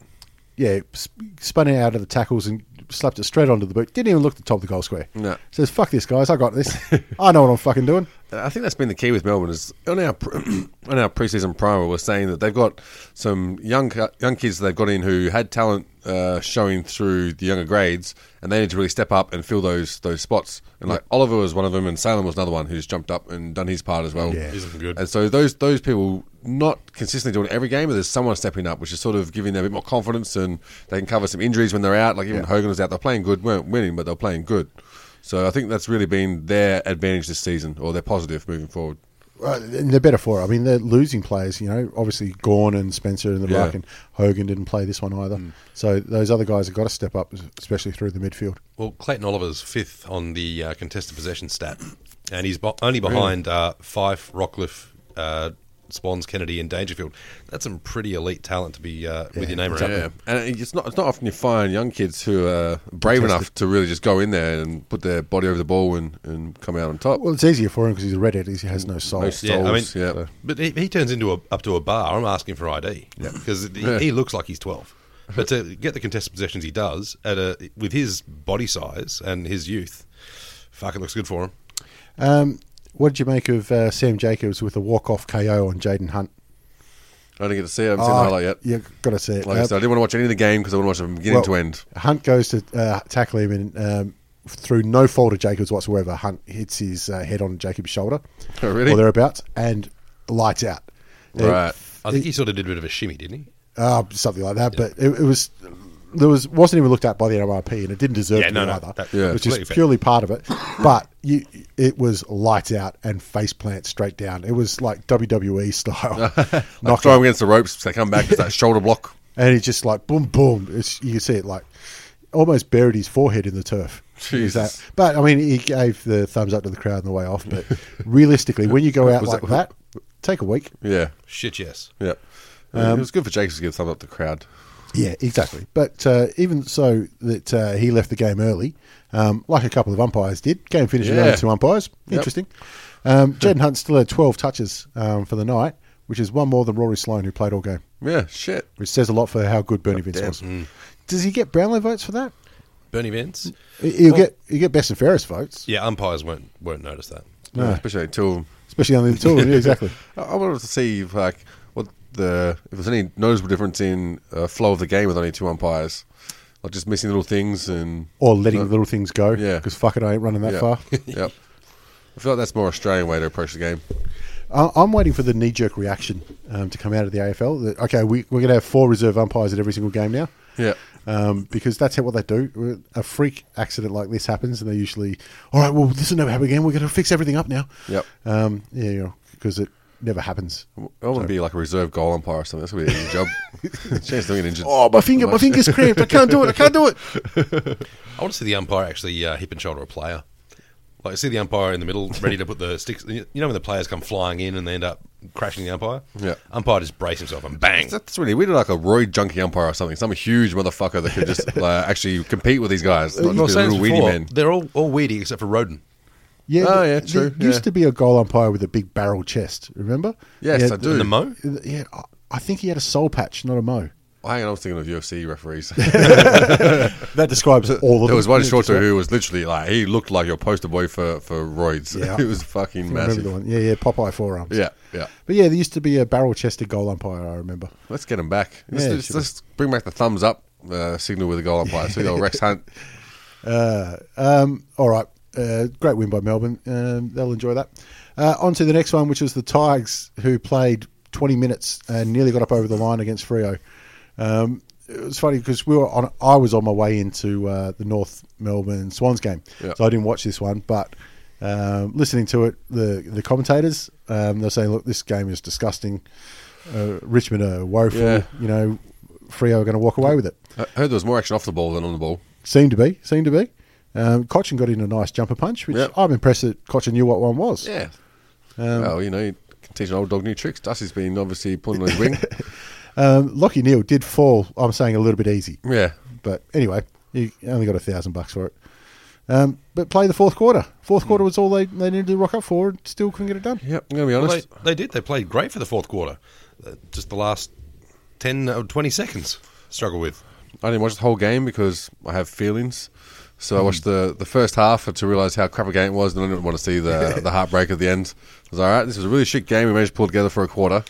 Speaker 3: Yeah, sp- spun it out of the tackles and slapped it straight onto the boot. Didn't even look at the top of the goal square.
Speaker 5: No.
Speaker 3: Says, fuck this, guys. I got this. I know what I'm fucking doing.
Speaker 5: I think that's been the key with Melbourne is on our pre- on our preseason primer we're saying that they've got some young cu- young kids they've got in who had talent uh, showing through the younger grades and they need to really step up and fill those those spots and like Oliver was one of them and Salem was another one who's jumped up and done his part as well
Speaker 3: Yeah.
Speaker 4: He's looking good.
Speaker 5: and so those those people not consistently doing it every game but there's someone stepping up which is sort of giving them a bit more confidence and they can cover some injuries when they're out like even Hogan was out they're playing good weren't winning but they're playing good. So I think that's really been their advantage this season, or their positive moving forward.
Speaker 3: Uh, and they're better for it. I mean, they're losing players, you know. Obviously, Gorn and Spencer and the
Speaker 5: Yeah. Mm.
Speaker 3: like, and Hogan didn't play this one either. So those other guys have got to step up, especially through the midfield.
Speaker 4: Well, Clayton Oliver's fifth on the uh, contested possession stat, and he's bo- only behind uh, Fife, Rockcliffe, uh, Spons, Kennedy, and Dangerfield. That's some pretty elite talent to be uh, with your name around.
Speaker 5: Yeah, and it's not it's not often you find young kids who are brave enough to really just go in there and put their body over the ball and, and come out on top.
Speaker 3: Well, it's easier for him because he's a redhead. He has no soul.
Speaker 5: No
Speaker 4: Yeah, I mean,
Speaker 5: Souls, yeah.
Speaker 4: but he, he turns into a, up to a bar. I'm asking for ID because
Speaker 5: Yeah.
Speaker 4: he, he looks like he's 12. But to get the contested possessions he does at a with his body size and his youth, fuck, it looks good for him.
Speaker 3: Um, What did you make of uh, Sam Jacobs with a walk-off KO on Jaden Hunt?
Speaker 5: I didn't get to see it. I haven't
Speaker 3: Ah,
Speaker 5: seen the highlight yet.
Speaker 3: you got to see it.
Speaker 5: Ah, Like I
Speaker 3: Uh,
Speaker 5: said, I didn't want to watch any of the game because I want to watch it from beginning
Speaker 3: well,
Speaker 5: to end.
Speaker 3: Hunt goes to uh, tackle him, and um, through no fault of Jacobs whatsoever, Hunt hits his uh, head on Jacobs' shoulder,
Speaker 5: Oh, really?
Speaker 3: or thereabouts, and lights out. And
Speaker 5: Right.
Speaker 4: I think he sort of did a bit of a shimmy, didn't he?
Speaker 3: uh, something like that. But it, it was there was wasn't even looked at by the NRP, and it didn't deserve
Speaker 4: Yeah,
Speaker 3: to
Speaker 4: no,
Speaker 3: be
Speaker 4: no,
Speaker 3: either,
Speaker 4: that-
Speaker 5: Yeah.
Speaker 3: which is
Speaker 4: completely fair.
Speaker 3: purely part of it. But you, it was lights out and face plant straight down. It was like WWE style
Speaker 5: Like
Speaker 3: knockout,
Speaker 5: throw him against the ropes. They come back. It's that shoulder block.
Speaker 3: and he just like boom, boom. It's, you can see it like almost buried his forehead in the turf. It was
Speaker 5: Jesus.
Speaker 3: that- But I mean, he gave the thumbs up to the crowd on the way off. But realistically, when you go out
Speaker 5: Was
Speaker 3: like
Speaker 5: that-
Speaker 3: that, take a week.
Speaker 5: Yeah.
Speaker 4: Shit, yes.
Speaker 5: Yeah.
Speaker 3: Um,
Speaker 5: Uh, it was good for Jacobs to give a thumb up to the crowd.
Speaker 3: Yeah, exactly. But uh, even so, that uh, he left the game early, um, like a couple of umpires did. Game finished with
Speaker 5: Yeah.
Speaker 3: only two umpires.
Speaker 5: Yep.
Speaker 3: Interesting. Um, Jaden Hunt still had 12 touches um, for the night, which is one more than Rory Sloan, who played all game,
Speaker 5: Yeah. Shit.
Speaker 3: which says a lot for how good Bernie Vince was.
Speaker 5: Mm.
Speaker 3: Does he get Brownlow votes for that?
Speaker 4: Bernie Vance.
Speaker 3: He- He'll get he'll get best and fairest votes,
Speaker 4: Yeah, umpires won't won't notice that.
Speaker 5: Yeah, Especially until
Speaker 3: especially on the tour. yeah, exactly.
Speaker 5: I- I wanted to see if, like what the if there's any noticeable difference in uh, flow of the game with only two umpires, like just missing little things and
Speaker 3: Or letting little things go.
Speaker 5: Yeah.
Speaker 3: Because fuck it, I ain't running that
Speaker 5: yeah,
Speaker 3: far.
Speaker 5: yep. I feel like that's more Australian way to approach the game.
Speaker 3: I- I'm waiting for the knee jerk reaction um, to come out of the AFL. That, okay, we, we're going to have four reserve umpires at every single game now.
Speaker 5: Yeah.
Speaker 3: um, because that's how what they do. A freak accident like this happens, and they usually, all right, well, this will never happen again. We're going to fix everything up now.
Speaker 5: Yep.
Speaker 3: Um, yeah, you know, because it never happens.
Speaker 5: I want to be like a reserve goal umpire or something. That's going to be an easy job. Chance of being injured.
Speaker 3: Oh, my finger, my finger's cramped. I can't do it. I can't do it.
Speaker 4: I want to see the umpire actually uh, hip and shoulder a player. Like see the umpire in the middle, ready to put the sticks. You know when the players come flying in and they end up crashing the umpire.
Speaker 5: Yeah.
Speaker 4: umpire just brace himself and bang.
Speaker 5: That's really weird, like a Roy Junkie umpire or something, some huge motherfucker that could just like, actually compete with these
Speaker 3: Uh,
Speaker 5: guys. Not
Speaker 4: I was
Speaker 5: just be
Speaker 4: saying
Speaker 5: little
Speaker 4: this
Speaker 5: weedy
Speaker 4: before,
Speaker 5: men.
Speaker 4: They're all all weedy except for Roden.
Speaker 3: Yeah.
Speaker 5: Oh, yeah,
Speaker 3: there
Speaker 5: true,
Speaker 3: used
Speaker 5: yeah.
Speaker 3: to be a goal umpire with a big barrel chest. Remember?
Speaker 5: Yes,
Speaker 3: yeah,
Speaker 5: I do.
Speaker 4: The Mo.
Speaker 3: Yeah, I- I think he had a soul patch, not a mo.
Speaker 5: Oh, hang on, I was thinking of UFC referees.
Speaker 3: That describes all of
Speaker 5: there
Speaker 3: them.
Speaker 5: was one
Speaker 3: Yeah,
Speaker 5: shorter
Speaker 3: describes-
Speaker 5: who was literally like he looked like your poster boy for for roids.
Speaker 3: Yeah.
Speaker 5: it was fucking
Speaker 3: I remember the
Speaker 5: massive.
Speaker 3: one. Yeah, yeah, Popeye forearms.
Speaker 5: Yeah, yeah.
Speaker 3: But yeah, there used to be a barrel chested goal umpire, I remember.
Speaker 5: Let's get him back. Let's,
Speaker 3: Yeah,
Speaker 5: let's-
Speaker 3: sure.
Speaker 5: let's bring back the thumbs up uh, signal with the goal umpire. So we got Rex Hunt.
Speaker 3: All right. Uh, great win by Melbourne. Um, they'll enjoy that. Uh, on to the next one, which was the Tigers, who played 20 minutes and nearly got up over the line against Frio. Um, it was funny because we were on. I was on my way into uh, the North Melbourne Swans game,
Speaker 5: Yeah.
Speaker 3: so I didn't watch this one. But um, listening to it, the the commentators um, they're saying, "Look, this game is disgusting. Uh, Richmond are woeful.
Speaker 5: Yeah.
Speaker 3: You know, Frio are going to walk away with it."
Speaker 5: I heard there was more action off the ball than on the ball.
Speaker 3: Seemed to be. Seemed to be. Um, Cochin got in a nice jumper punch, which
Speaker 5: Yep.
Speaker 3: I'm impressed that Cochin knew what one was.
Speaker 5: Yeah. Um,
Speaker 3: Um,
Speaker 5: well, you know, you can teach an old dog new tricks. Dusty's been obviously pulling on his wing.
Speaker 3: Um, Lockie Neal did fall, I'm saying, a little bit easy.
Speaker 5: yeah.
Speaker 3: But anyway, he only got a thousand bucks for it. Um, but play the fourth quarter. Fourth quarter was all they, they needed to rock up for and still couldn't get it done.
Speaker 5: Yep, I'm going to be
Speaker 4: Well,
Speaker 5: honest.
Speaker 4: they, they did. They played great for the fourth quarter. Uh, just the last 10 or 20 seconds struggle with.
Speaker 5: I didn't watch the whole game because I have feelings. So I watched the, the first half to realise how crap a game it was, and I didn't want to see the the heartbreak at the end. I was all right. This was a really shit game. We managed to pull together for a quarter,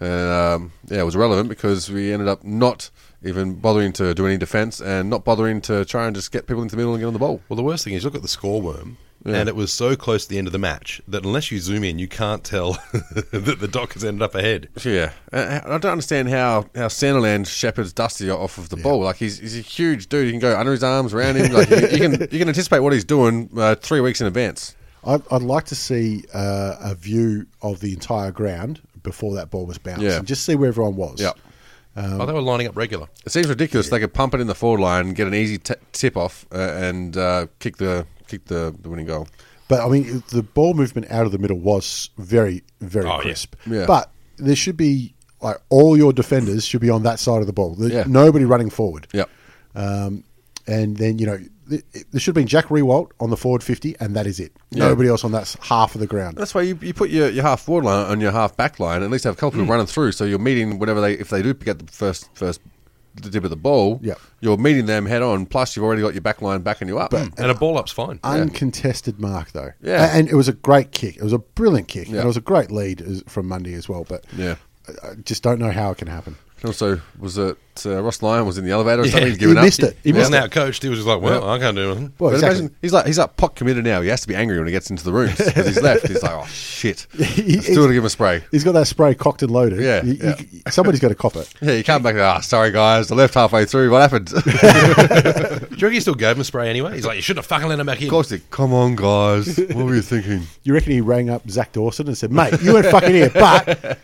Speaker 5: and um, yeah, it was relevant because we ended up not even bothering to do any defence and not bothering to try and just get people into the middle and get on the ball.
Speaker 4: Well, the worst thing is look at the score worm. And it was so close to the end of the match that unless you zoom in, you can't tell that the dock has ended up ahead.
Speaker 5: Yeah, and Uh, I don't understand how how Sanderland shepherds Dusty off of the ball. Like he's he's a huge dude. You can go under his arms, around him. Like you, you can you can anticipate what he's doing uh, three weeks in advance.
Speaker 3: I'd, I'd like to see uh, a view of the entire ground before that ball was bounced
Speaker 5: Yeah.
Speaker 3: and just see where everyone was.
Speaker 5: Yeah.
Speaker 4: oh, they were lining up regular.
Speaker 5: It seems ridiculous. They could pump it in the forward line, get an easy t- tip off, uh, and uh, kick the kick the, the winning goal.
Speaker 3: But I mean, the ball movement out of the middle was very, very
Speaker 4: Oh, yeah.
Speaker 3: crisp.
Speaker 5: Yeah.
Speaker 3: But there should be like all your defenders should be on that side of the ball. There's
Speaker 5: Yeah.
Speaker 3: Nobody running forward.
Speaker 5: Yep.
Speaker 3: Um, and then you know th- there should have been Jack Rewalt on the forward fifty, and that is it. Nobody else on that s- half of the ground.
Speaker 5: That's why you, you put your, your half forward line Mm. on your half back line. At least have a couple people running through, so you're meeting whenever they if they do pick up the first first the tip of the ball,
Speaker 3: Yeah.
Speaker 5: you're meeting them head on. Plus, you've already got your back line backing you up.
Speaker 4: and a ball up's fine.
Speaker 3: Uncontested mark though,
Speaker 5: Yeah.
Speaker 3: A- and it was a great kick. It was a brilliant kick, and
Speaker 5: Yeah.
Speaker 3: it was a great lead as- from Monday as well. But
Speaker 5: Yeah.
Speaker 3: I- I just don't know how it can happen.
Speaker 5: And also, was it uh, Ross Lyon was in the elevator or something? he'd
Speaker 4: he
Speaker 5: given up.
Speaker 3: missed it. He
Speaker 4: He
Speaker 3: missed
Speaker 4: wasn't out coached. He was just like, well, I can't do anything.
Speaker 3: Well,
Speaker 5: But
Speaker 3: exactly.
Speaker 5: imagine- he's like he's like pot committed now. He has to be angry when he gets into the room because he's left. He's like, oh shit, I still to give him a spray.
Speaker 3: He's got that spray cocked and loaded.
Speaker 5: Yeah,
Speaker 3: You- you- somebody's got to cop it.
Speaker 5: Yeah, you come back. Ah, sorry guys, I left halfway through. What happened? of
Speaker 4: Do you reckon he still gave him a spray anyway? He's like, you should have fucking let him back in.
Speaker 5: course, he- come on guys, what were you thinking?
Speaker 3: You reckon he rang up Zach Dawson and said, "Mate, you weren't fucking here." But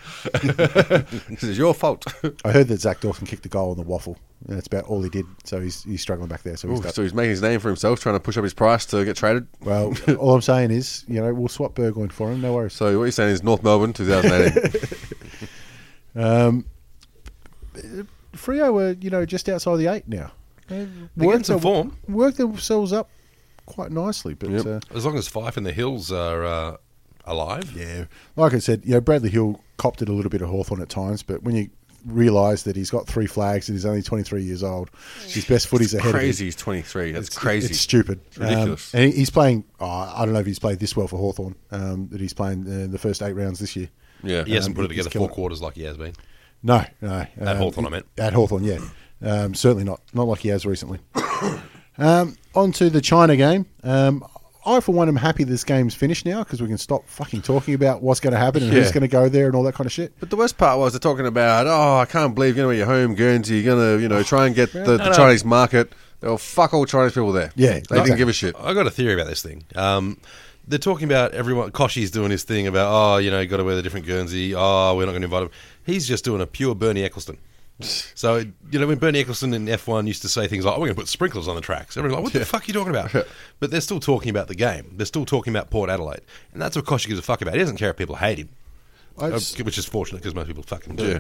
Speaker 5: This is your fault.
Speaker 3: I heard that Zach Dawson kicked a goal on the waffle, and that's about all he did. So he's he's struggling back there. So he's
Speaker 5: Ooh,
Speaker 3: done.
Speaker 5: so he's making his name for himself, trying to push up his price to get traded.
Speaker 3: Well, all I'm saying is, you know, we'll swap Burgoyne for him. No worries.
Speaker 5: So what you're saying is North Melbourne, 2018.
Speaker 3: Frio were, you know, just outside the eight now. They've
Speaker 4: They're getting some
Speaker 3: their-
Speaker 4: form.
Speaker 3: worked themselves up quite nicely, but
Speaker 5: Yep.
Speaker 3: uh,
Speaker 4: As long as Fife and the Hills are uh, alive. Yeah.
Speaker 3: like I said, you know, Bradley Hill copped it a little bit of Hawthorn at times, but when you realise that he's got three flags and he's only 23 years old, his best footy's ahead of him.
Speaker 5: crazy. He's 23. That's crazy.
Speaker 3: It's stupid. Um,
Speaker 5: Ridiculous.
Speaker 3: and he- he's playing, oh, I don't know if he's played this well for Hawthorn, um, that he's playing uh, the first eight rounds this year.
Speaker 5: Yeah.
Speaker 4: He hasn't
Speaker 3: Um,
Speaker 4: put it
Speaker 3: he's
Speaker 4: together
Speaker 3: killing
Speaker 4: four
Speaker 3: it.
Speaker 4: quarters like he has been.
Speaker 3: No, no. At
Speaker 4: Hawthorn, I meant.
Speaker 3: At Hawthorn, yeah. Um, certainly not. Not like he has recently. um, on to the China game. Um, I, for one, am happy this game's finished now because we can stop fucking talking about what's going to happen and who's
Speaker 5: Yeah.
Speaker 3: going to go there and all that kind of shit.
Speaker 5: But the worst part was they're talking about, oh, I can't believe you're going to your home Guernsey, you're going to, you know, try and get the, the Chinese market. They'll fuck all Chinese people there.
Speaker 3: Yeah,
Speaker 5: they
Speaker 3: exactly.
Speaker 5: didn't give a shit.
Speaker 4: I got a theory about this thing. Um, they're talking about everyone. Koshi's doing his thing about oh, you know, got to wear the different Guernsey. Oh, we're not going to invite him. He's just doing a pure Bernie Eccleston. So you know when Bernie Eccleston in F one used to say things like, "Oh, we're going to put sprinklers on the tracks," everyone's like, "What the fuck are you talking about?" but they're still talking about the game. They're still talking about Port Adelaide, and that's what Koshi gives a fuck about. He doesn't care if people hate him,
Speaker 3: I
Speaker 4: Uh,
Speaker 3: just-
Speaker 4: which is fortunate because most people fucking do.
Speaker 5: Yeah.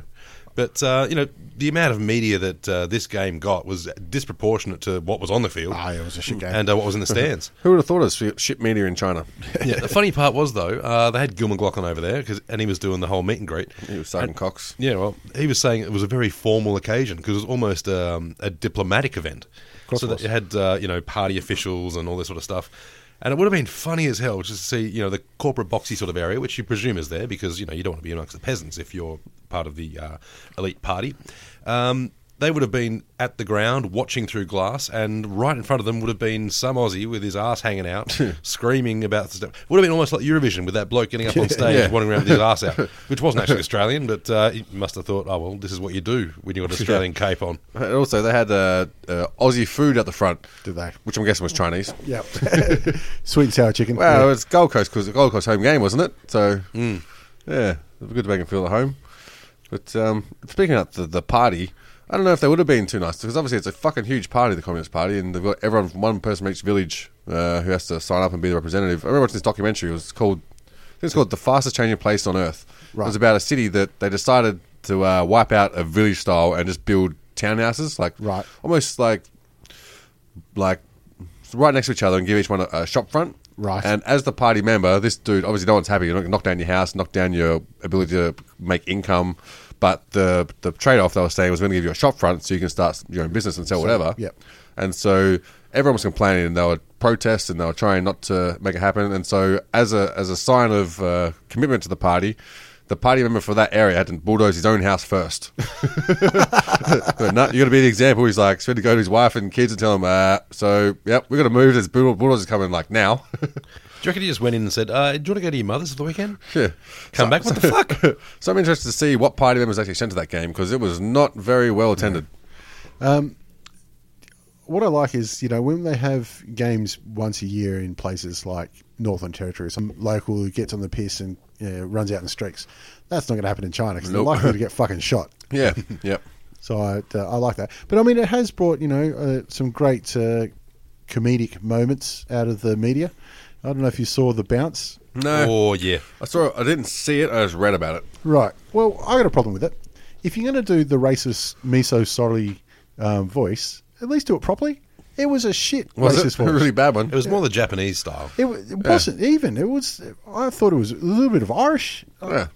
Speaker 4: But uh, you know the amount of media that uh, this game got was disproportionate to what was on the field.
Speaker 3: Ah, yeah, it was a shit game.
Speaker 4: and uh, what was in the stands.
Speaker 5: Who would have thought of sh- shit media in China?
Speaker 4: yeah, the funny part was though uh, they had Gil McLaughlin over there 'cause- and he was doing the whole meet and greet.
Speaker 5: He was sucking cocks.
Speaker 4: Yeah, well, he was saying it was a very formal occasion because it was almost um, a diplomatic event. so that you had uh, you know party officials and all this sort of stuff, and it would have been funny as hell just to see you know the corporate boxy sort of area, which you presume is there because you know you don't want to be amongst the peasants if you're part of the uh, elite party. Um, they would have been at the ground watching through glass, and right in front of them would have been some Aussie with his ass hanging out, screaming about the stuff. Would have been almost like Eurovision with that bloke getting up on stage,
Speaker 5: Yeah.
Speaker 4: wandering around with his ass out, which wasn't actually Australian, but uh, he must have thought, oh, well, this is what you do when you've got an Australian cape on.
Speaker 5: And also, they had uh, uh, Aussie food at the front.
Speaker 3: Did they?
Speaker 5: Which I'm guessing was Chinese.
Speaker 3: yeah. Sweet and sour chicken.
Speaker 5: Well, it
Speaker 3: Yeah.
Speaker 5: was Gold Coast because the Gold Coast home game, wasn't it? So, yeah, it was good to make him feel at home. But um, speaking of the, the party, I don't know if they would have been too nice because obviously it's a fucking huge party, the Communist Party, and they've got everyone from one person from each village uh, who has to sign up and be the representative. I remember watching this documentary. It was called, I think it's called "The Fastest Changing Place on Earth." It
Speaker 3: Right.
Speaker 5: was about a city that they decided to uh, wipe out a village style and just build townhouses, like
Speaker 3: Right.
Speaker 5: almost like like right next to each other and give each one a, a shop front.
Speaker 3: Right.
Speaker 5: And as the party member, this dude obviously no one's happy. You're not going to knock down your house, knock down your ability to make income. But the the trade off they were saying was going to give you a shop front so you can start your own business and sell whatever.
Speaker 3: yep.
Speaker 5: And so everyone was complaining and they were protesting and they were trying not to make it happen. And so as a as a sign of uh, commitment to the party. The party member for that area had to bulldoze his own house first. But no, you got to be the example. He's like, so he had to go to his wife and kids and tell them, uh, so, yep, we got to move. There's bull- bulldozers coming, like, now.
Speaker 4: Do you reckon he just went in and said, uh, do you want to go to your mother's for the weekend?
Speaker 5: Yeah.
Speaker 4: Come back? What the fuck?
Speaker 5: so I'm interested to see what party members actually sent to that game because it was not very well attended.
Speaker 3: what I like is, you know, when they have games once a year in places like Northern Territory, some local who gets on the piss and uh, runs out in the streets, that's not going to happen in China because
Speaker 5: Nope.
Speaker 3: they're likely to get fucking shot.
Speaker 5: Yeah. yep.
Speaker 3: So I, uh, I like that. But I mean, it has brought you know uh, some great uh, comedic moments out of the media. I don't know if you saw the bounce.
Speaker 5: No.
Speaker 4: Oh, yeah.
Speaker 5: I saw it. I didn't see it. I just read about it.
Speaker 3: Right. Well, I got a problem with it. If you're going to do the racist miso sorry um, voice, at least do it properly. It was a shit
Speaker 5: Was
Speaker 3: racist
Speaker 5: it a
Speaker 3: voice.
Speaker 5: really bad one?
Speaker 4: It was more the Japanese style.
Speaker 3: It, wa- it wasn't even. It was. I thought it was a little bit of Irish. Uh,
Speaker 5: Yeah.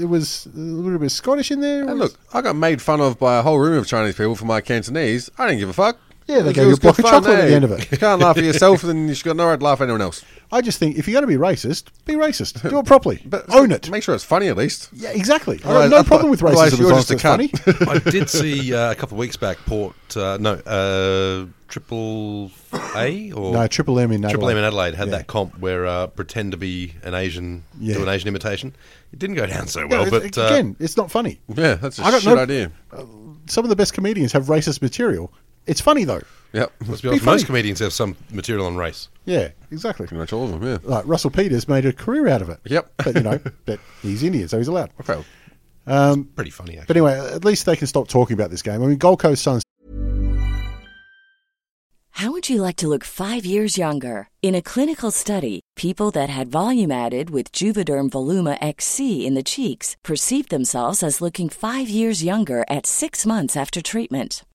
Speaker 3: It was a little bit of Scottish in there. It
Speaker 5: And
Speaker 3: was-
Speaker 5: look, I got made fun of by a whole room of Chinese people for my Cantonese. I didn't give a fuck.
Speaker 3: Yeah, they
Speaker 5: It
Speaker 3: gave you
Speaker 5: was
Speaker 3: a block
Speaker 5: good
Speaker 3: of
Speaker 5: fun,
Speaker 3: chocolate at
Speaker 5: eh?
Speaker 3: the end of it.
Speaker 5: You can't laugh at yourself, then you've got no right to laugh at anyone else.
Speaker 3: I just think if you're going to be racist, be racist. Do it properly. Own it.
Speaker 5: Make sure it's funny at least.
Speaker 3: Yeah, exactly. I
Speaker 5: Otherwise-
Speaker 3: have no problem with
Speaker 5: otherwise
Speaker 3: racism as
Speaker 5: you're
Speaker 3: long
Speaker 5: just
Speaker 3: as it's
Speaker 5: a cunt.
Speaker 3: funny.
Speaker 4: I did see uh, a couple of weeks back Port uh, no uh, Triple A or
Speaker 3: No, Triple M in
Speaker 4: Triple M in
Speaker 3: Adelaide.
Speaker 4: Adelaide had
Speaker 3: Yeah.
Speaker 4: that comp where uh, pretend to be an Asian
Speaker 3: Yeah.
Speaker 4: do an Asian imitation. It didn't go down so
Speaker 3: No,
Speaker 4: well,
Speaker 3: it's-
Speaker 4: but uh,
Speaker 3: again, it's not funny.
Speaker 5: Yeah, that's a
Speaker 3: I don't
Speaker 5: shit
Speaker 3: know-
Speaker 5: idea.
Speaker 3: Some of the best comedians have racist material. It's funny though.
Speaker 5: Yep.
Speaker 4: let's be honest,
Speaker 3: funny.
Speaker 4: most comedians have some material on race.
Speaker 3: Yeah, exactly.
Speaker 5: Pretty much all of them, yeah.
Speaker 3: Like Russell Peters made a career out of it.
Speaker 5: Yep.
Speaker 3: but you know, but he's Indian, so he's allowed.
Speaker 5: Well,
Speaker 4: Pretty funny, actually.
Speaker 3: But anyway, at least they can stop talking about this game. I mean, Gold Coast Suns
Speaker 6: How would you like to look five years younger? In a clinical study, people that had volume added with Juvederm Voluma XC in the cheeks perceived themselves as looking five years younger at six months after treatment.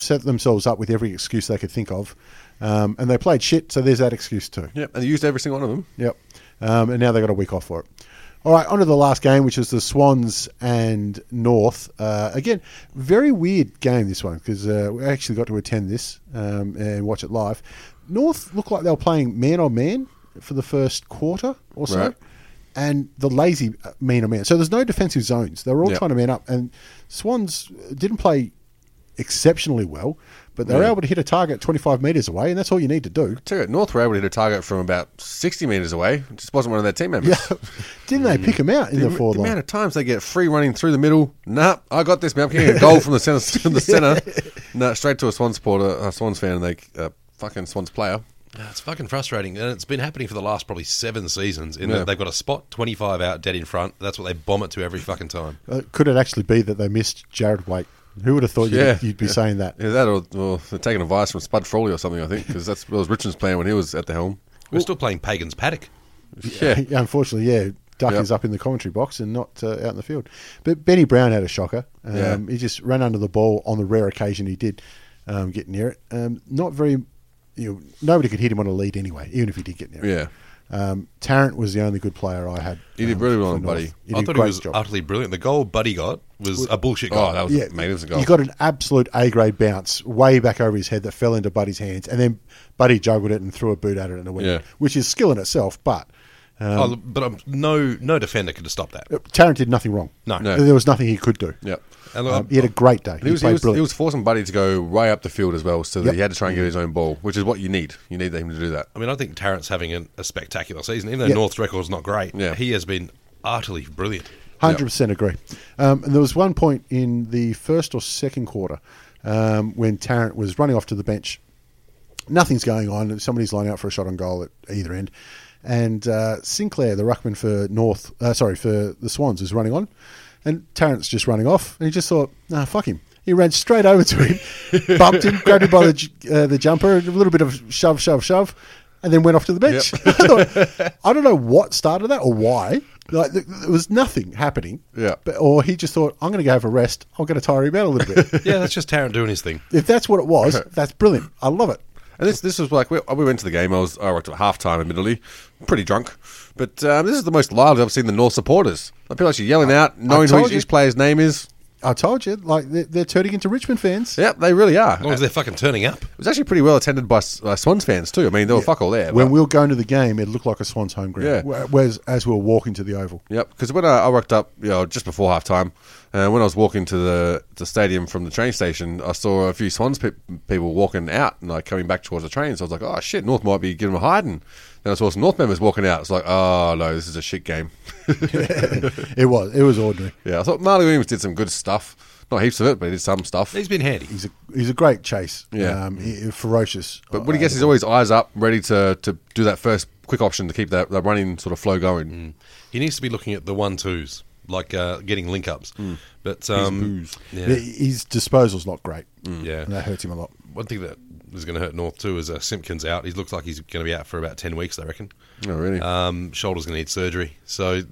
Speaker 3: set themselves up with every excuse they could think of, um, and they played shit. So there's that excuse too.
Speaker 5: yep. And they used every single one of them.
Speaker 3: Yep. Um, and now they got a week off for it. All right, on to the last game, which is the Swans and North. Uh, again, very weird game this one because uh, we actually got to attend this um, and watch it live. North looked like they were playing man on man for the first quarter or so,
Speaker 5: Right.
Speaker 3: and the lazy uh, man on man. So there's no defensive zones. They were all
Speaker 5: Yep.
Speaker 3: trying to man up, and Swans uh, didn't play exceptionally well, but they were
Speaker 5: Yeah.
Speaker 3: able to hit a target 25 metres away, and that's all you need to do.
Speaker 5: Tell you what, North were able to hit a target from about 60 metres away. It just wasn't one of their team members.
Speaker 3: Yeah, didn't they pick him out in
Speaker 5: The,
Speaker 3: the,
Speaker 5: the
Speaker 3: forward
Speaker 5: amount
Speaker 3: line?
Speaker 5: of times they get free running through the middle. Nah, I got this. Man. I'm getting a goal from the centre. From the centre. No, straight to a Swans supporter, a Swans fan, and they uh, fucking Swans player.
Speaker 4: Uh, It's fucking frustrating, and it's been happening for the last probably seven seasons. In
Speaker 5: Yeah.
Speaker 4: that they've got a spot twenty-five out, dead in front. That's what they bomb it to every fucking time.
Speaker 3: Uh, could it actually be that they missed Jared Waite? Who would have thought you'd,
Speaker 5: Yeah.
Speaker 3: you'd be saying that?
Speaker 5: Yeah, that or, or they're taking advice from Spud Froley or something, I think, because that's that was Richard's plan when he was at the helm.
Speaker 4: We're still playing Pagan's Paddock.
Speaker 5: Yeah.
Speaker 3: Unfortunately, yeah, Duck
Speaker 5: Yep.
Speaker 3: is up in the commentary box and not uh, out in the field. But Benny Brown had a shocker. Um,
Speaker 5: Yeah.
Speaker 3: He just ran under the ball on the rare occasion he did um, get near it. Um, not very, you know, nobody could hit him on a lead anyway, even if he did get near it.
Speaker 5: Yeah.
Speaker 3: Um, Tarrant was the only good player I had.
Speaker 5: He did
Speaker 3: um,
Speaker 5: really well
Speaker 3: for
Speaker 5: on
Speaker 3: North.
Speaker 5: Buddy.
Speaker 3: He
Speaker 4: I
Speaker 3: did a
Speaker 4: thought he
Speaker 3: great
Speaker 4: was
Speaker 3: job.
Speaker 4: utterly brilliant. The goal Buddy got was a bullshit goal.
Speaker 5: Oh, that was
Speaker 3: Yeah,
Speaker 5: mate, it was a goal.
Speaker 3: He got an absolute A grade bounce way back over his head that fell into Buddy's hands, and then Buddy juggled it and threw a boot at it and it went,
Speaker 5: Yeah.
Speaker 3: which is skill in itself. But
Speaker 4: Oh, but um, no, no defender could have stopped that.
Speaker 3: Tarrant did nothing wrong.
Speaker 4: No.
Speaker 5: No.
Speaker 3: there was nothing he could do.
Speaker 5: Yep.
Speaker 4: And look,
Speaker 3: Um, he had a great day. He,
Speaker 5: He was, he,
Speaker 3: played
Speaker 5: was, he
Speaker 3: brilliant.
Speaker 5: was forcing Buddy to go right up the field as well, so that
Speaker 3: Yep.
Speaker 5: he had to try and get his own ball, which is what you need. You need him to do that.
Speaker 4: I mean, I think Tarrant's having an, a spectacular season. Even though
Speaker 3: Yeah.
Speaker 4: North's record's not great,
Speaker 5: Yeah.
Speaker 4: he has been utterly brilliant.
Speaker 3: Hundred percent agree. Um, and there was one point in the first or second quarter um, when Tarrant was running off to the bench. Nothing's going on. Somebody's lining up for a shot on goal at either end, and uh, Sinclair, the ruckman for North, uh, sorry for the Swans, is running on, and Tarrant's just running off, and he just thought, "Nah, fuck him." He ran straight over to him, bumped him, grabbed him by the j- uh, the jumper, a little bit of shove, shove, shove, and then went off to the bench. I, thought, I don't know what started that or why, Like th- there was nothing happening.
Speaker 5: Yeah.
Speaker 3: But, or he just thought, I'm going to go for a rest. I'm going to tire him out a little bit.
Speaker 4: Yeah, that's just Tarrant doing his thing.
Speaker 3: if that's what it was, that's brilliant. I love it.
Speaker 5: And this this was like we, we went to the game. I was I worked at halftime, admittedly, pretty drunk. But um, this is the most loud I've seen the North supporters. Like, people actually yelling out, knowing who
Speaker 3: told
Speaker 5: each,
Speaker 3: you.
Speaker 5: each player's name is.
Speaker 3: I told you, like they're, they're turning into Richmond fans.
Speaker 5: Yep, they really are.
Speaker 4: As long as they're fucking turning up.
Speaker 5: It was actually pretty well attended by S- uh, Swans fans too. I mean, they were fuck all there.
Speaker 3: When
Speaker 5: but-
Speaker 3: we were going to the game, it looked like a Swans home
Speaker 5: Yeah.
Speaker 3: ground. Yeah. Whereas as we were walking to the Oval,
Speaker 5: Yep, because when I, I worked up, you know, just before halftime, uh, when I was walking to the the stadium from the train station, I saw a few Swans pe- people walking out and like coming back towards the train. So I was like, oh shit, North might be giving them a hiding. Then I saw some North members walking out. It's like, oh no, this is a shit game.
Speaker 3: it was it was ordinary.
Speaker 5: yeah, I thought Marley Williams did some good stuff. Not heaps of it, but he did some stuff.
Speaker 4: He's been handy.
Speaker 3: He's a he's a great chase.
Speaker 5: Yeah.
Speaker 3: um, he- he- ferocious.
Speaker 5: but what he gets, he's always eyes up, ready to, to do that first quick option to keep that, that running sort of flow going.
Speaker 4: He needs to be looking at the one twos, like uh, getting link ups. But um, yeah,
Speaker 3: Hmm. Yeah, Uh, his disposal's not great.
Speaker 5: Mm.
Speaker 4: yeah.
Speaker 3: And that hurts him a lot.
Speaker 4: One thing that is going to hurt North too is uh, Simpkins out. He looks like he's going to be out for about ten weeks, I reckon.
Speaker 5: Oh, really?
Speaker 4: Um, shoulder's going to need surgery. So,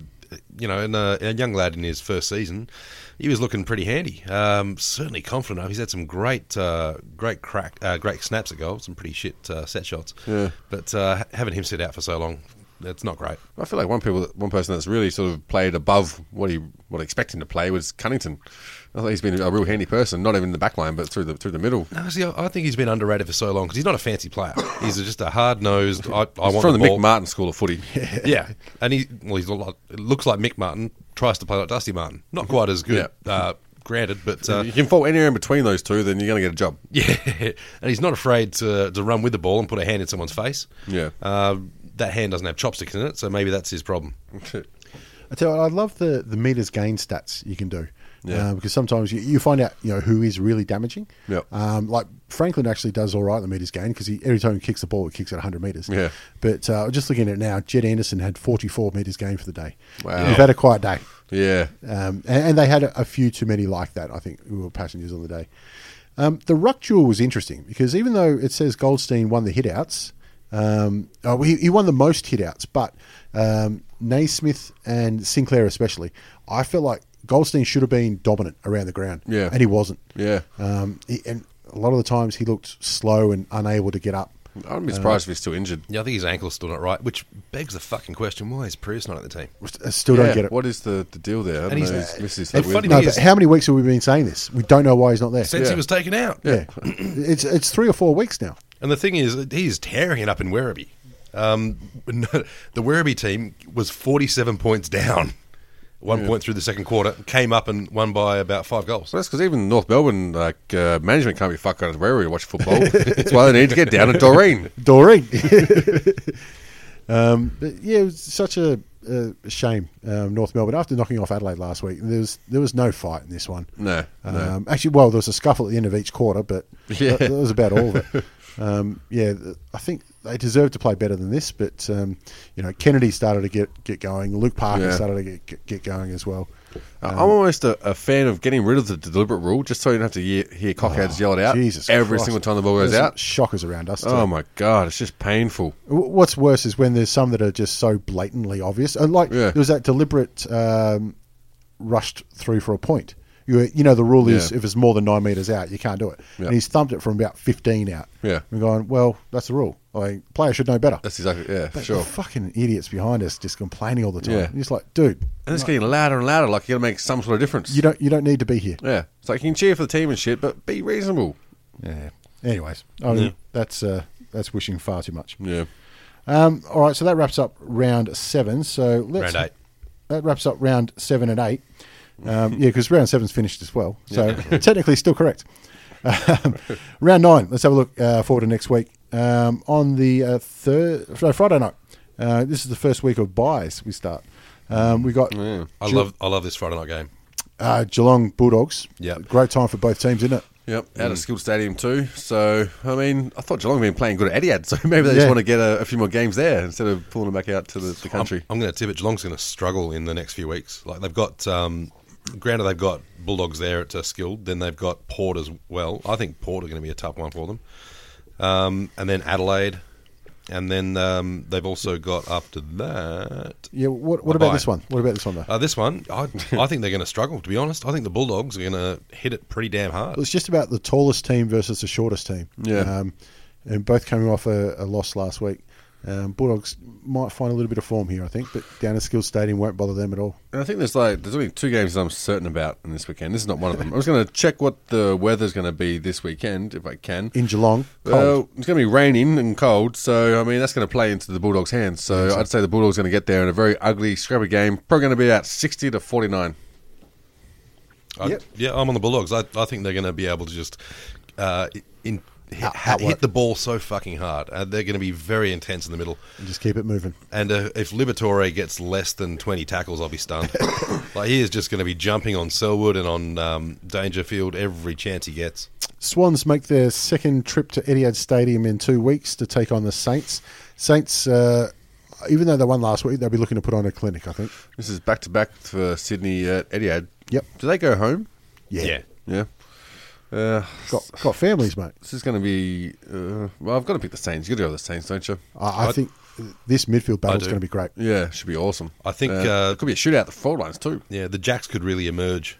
Speaker 4: you know, and uh, a young lad in his first season, he was looking pretty handy. Um, certainly confident. He's had some great, uh, great crack, uh, great snaps at goal. Some pretty shit uh, set shots. Yeah. But uh, ha- having him sit out for so long, that's not great.
Speaker 5: I feel like one people, one person that's really sort of played above what he what I expect him to play was Cunnington. I thought he's been a real handy person, not even in the back line, but through the through the middle.
Speaker 4: No, see, I I think he's been underrated for so long because he's not a fancy player. He's just a hard nosed. I, I
Speaker 5: He's
Speaker 4: want
Speaker 5: from the,
Speaker 4: ball.
Speaker 5: Mick Martin School of Footy.
Speaker 4: Yeah, and he well, he's a lot. It looks like Mick Martin tries to play like Dusty Martin. Not quite as good, uh, granted, but uh,
Speaker 5: you can fall anywhere in between those two, then you're going to get a job.
Speaker 4: yeah, and he's not afraid to to run with the ball and put a hand in someone's face.
Speaker 5: Yeah.
Speaker 4: uh, that hand doesn't have chopsticks in it, so maybe that's his problem.
Speaker 3: I tell you, what, I love the the meters gain stats you can do. Uh, because sometimes you, you find out you know who is really damaging.
Speaker 5: Yep.
Speaker 3: Um, like Franklin actually does all right in the meters gain because he every time he kicks the ball, it kicks at 100 meters.
Speaker 5: Yeah.
Speaker 3: But uh, just looking at it now, Jed Anderson had 44 meters gain for the day.
Speaker 5: Wow.
Speaker 3: We've had a quiet day,
Speaker 5: Yeah,
Speaker 3: um, and, and they had a, a few too many like that. I think who were passengers on the day. Um, the ruck duel was interesting because even though it says Goldstein won the hitouts, um, oh, he, he won the most hitouts, but um, Naismith and Sinclair especially, I felt like Goldstein should have been dominant around the ground,
Speaker 5: Yeah.
Speaker 3: and he wasn't.
Speaker 5: yeah.
Speaker 4: uh,
Speaker 3: Um, he, and a lot of the times he looked slow and unable to get up.
Speaker 5: I wouldn't be surprised if he's still injured.
Speaker 4: Yeah, I think his ankle's still not right, which begs the fucking question: Why is Prius not at the team?
Speaker 3: I uh, still
Speaker 5: Yeah,
Speaker 3: don't get it.
Speaker 5: What is the, the deal there? I don't
Speaker 4: And he's-
Speaker 5: know, he's- this is
Speaker 4: and
Speaker 5: so weird.
Speaker 4: funny
Speaker 3: no,
Speaker 4: thing
Speaker 3: but
Speaker 4: is-
Speaker 3: how many weeks have we been saying this? We don't know why he's not there.
Speaker 4: Since
Speaker 5: Yeah.
Speaker 4: he was taken out,
Speaker 3: yeah, it's it's three or four weeks now.
Speaker 4: And the thing is, he's tearing it up in Werribee. Um, the Werribee team was 47 points down, one point through the second quarter, came up and won by about five goals.
Speaker 5: Well, that's because even North Melbourne like uh, management can't be fucked out of the railway to watch football. that's why they need to get down at Doreen.
Speaker 3: Doreen. um, but yeah, it was such a, a shame. Um, North Melbourne after knocking off Adelaide last week, there was there was no fight in this one.
Speaker 5: No, no.
Speaker 3: Um, actually, well, there was a scuffle at the end of each quarter, but
Speaker 5: Yeah.
Speaker 3: that, that was about all of it. Um, yeah, th- I think they deserve to play better than this, but um, you know, Kennedy started to get, get going. Luke Parker
Speaker 5: Yeah.
Speaker 3: started to get, get get going as well.
Speaker 5: I'm almost a, a fan of getting rid of the deliberate rule, just so you don't have to hear, hear cockheads yell it out
Speaker 3: Oh, Jesus,
Speaker 5: every
Speaker 3: Christ.
Speaker 5: single time the ball goes
Speaker 3: There's some
Speaker 5: out.
Speaker 3: Shockers around us.
Speaker 5: Oh
Speaker 3: too.
Speaker 5: my god, it's just painful.
Speaker 3: W- What's worse is when there's some that are just so blatantly obvious. And like
Speaker 5: Yeah.
Speaker 3: there was that deliberate um, rushed through for a point. You, you know the rule is
Speaker 5: Yeah.
Speaker 3: if it's more than nine meters out, you can't do it.
Speaker 5: Yeah.
Speaker 3: And he's thumped it from about fifteen out.
Speaker 5: Yeah.
Speaker 3: we're going. Well, that's the rule. Like player should know better.
Speaker 5: That's exactly yeah, for
Speaker 3: But
Speaker 5: sure.
Speaker 3: The fucking idiots behind us just complaining all the time.
Speaker 5: Yeah.
Speaker 3: And it's like, dude,
Speaker 5: And it's getting louder and louder. Like you got to make some sort of difference.
Speaker 3: you don't you don't need to be here.
Speaker 5: yeah, it's like you can cheer for the team and shit, but be reasonable.
Speaker 3: Yeah. Anyways, I mean, that's uh, that's wishing far too much.
Speaker 5: Yeah,
Speaker 3: Um, all right, so that wraps up round seven. So let's
Speaker 4: Round eight.
Speaker 3: That wraps up round seven and eight. Um, yeah, because round seven's finished as well. So technically, still correct. Um, round nine. Let's have a look uh, forward to next week um, on the uh, third no, Friday night. Uh, this is the first week of buys. We start. Um, we got
Speaker 4: I love, I love this Friday night game.
Speaker 3: uh, Geelong Bulldogs.
Speaker 4: Yeah.
Speaker 3: great time for both teams, isn't it?
Speaker 5: yep. Out
Speaker 3: Mm.
Speaker 5: of skilled stadium too. So I mean, I thought Geelong had been playing good at Etihad, so maybe they
Speaker 3: Yeah.
Speaker 5: just want to get a, a few more games there instead of pulling them back out to the, the country.
Speaker 4: I'm, going to tip it. Geelong's going to struggle in the next few weeks. Like they've got, um, granted, they've got Bulldogs there at uh, skilled. Then they've got Port as well. I think Port are going to be a tough one for them. Um, and then Adelaide, And then um, they've also got after that.
Speaker 3: Yeah. What, what
Speaker 4: Bye-bye.
Speaker 3: about this one? What about this one though?
Speaker 4: Uh, this one, I, I think they're going to struggle, to be honest. I think the Bulldogs are going to hit it pretty damn hard.
Speaker 3: It was just about the tallest team versus the shortest team.
Speaker 5: Yeah.
Speaker 3: Um, and both coming off a, a loss last week. Um, Bulldogs might find a little bit of form here, I think, but down at Skills Stadium won't bother them at all.
Speaker 5: And I think there's like there's only two games that I'm certain about in this weekend. This is not one of them. I was going to check what the weather's going to be this weekend if I can.
Speaker 3: In Geelong, cold.
Speaker 5: Well, it's going to be raining and cold, so I mean that's going to play into the Bulldogs' hands. So I'd say the Bulldogs are going to get there in a very ugly, scrappy game. Probably going to be about sixty to forty-nine.
Speaker 4: I,
Speaker 3: Yep.
Speaker 4: Yeah, I'm on the Bulldogs. I, I think they're going to be able to just uh, in, hit, ha- hit the ball so fucking hard. Uh, they're going to be very intense in the middle.
Speaker 3: and just keep it moving.
Speaker 4: And uh, if Liberatore gets less than 20 tackles, I'll be stunned. like, he is just going to be jumping on Selwood and on um, Dangerfield every chance he gets.
Speaker 3: Swans make their second trip to Etihad Stadium in two weeks to take on the Saints. Saints, uh, even though they won last week, they'll be looking to put on a clinic, I think.
Speaker 5: This is back to back for Sydney at Etihad.
Speaker 3: Yep.
Speaker 5: Do they go home?
Speaker 3: Yeah.
Speaker 5: Yeah. Uh,
Speaker 3: Got, got families, mate.
Speaker 5: this is going to be. Uh, well, I've got to pick the Saints. You got to go with the Saints, don't you?
Speaker 3: I, I think this midfield battle's
Speaker 4: do.
Speaker 3: going to be great.
Speaker 5: Yeah, should be awesome.
Speaker 4: I think,
Speaker 5: Uh,
Speaker 4: uh,
Speaker 5: it could be a shootout at the forward lines too.
Speaker 4: Yeah, the Jacks could really emerge.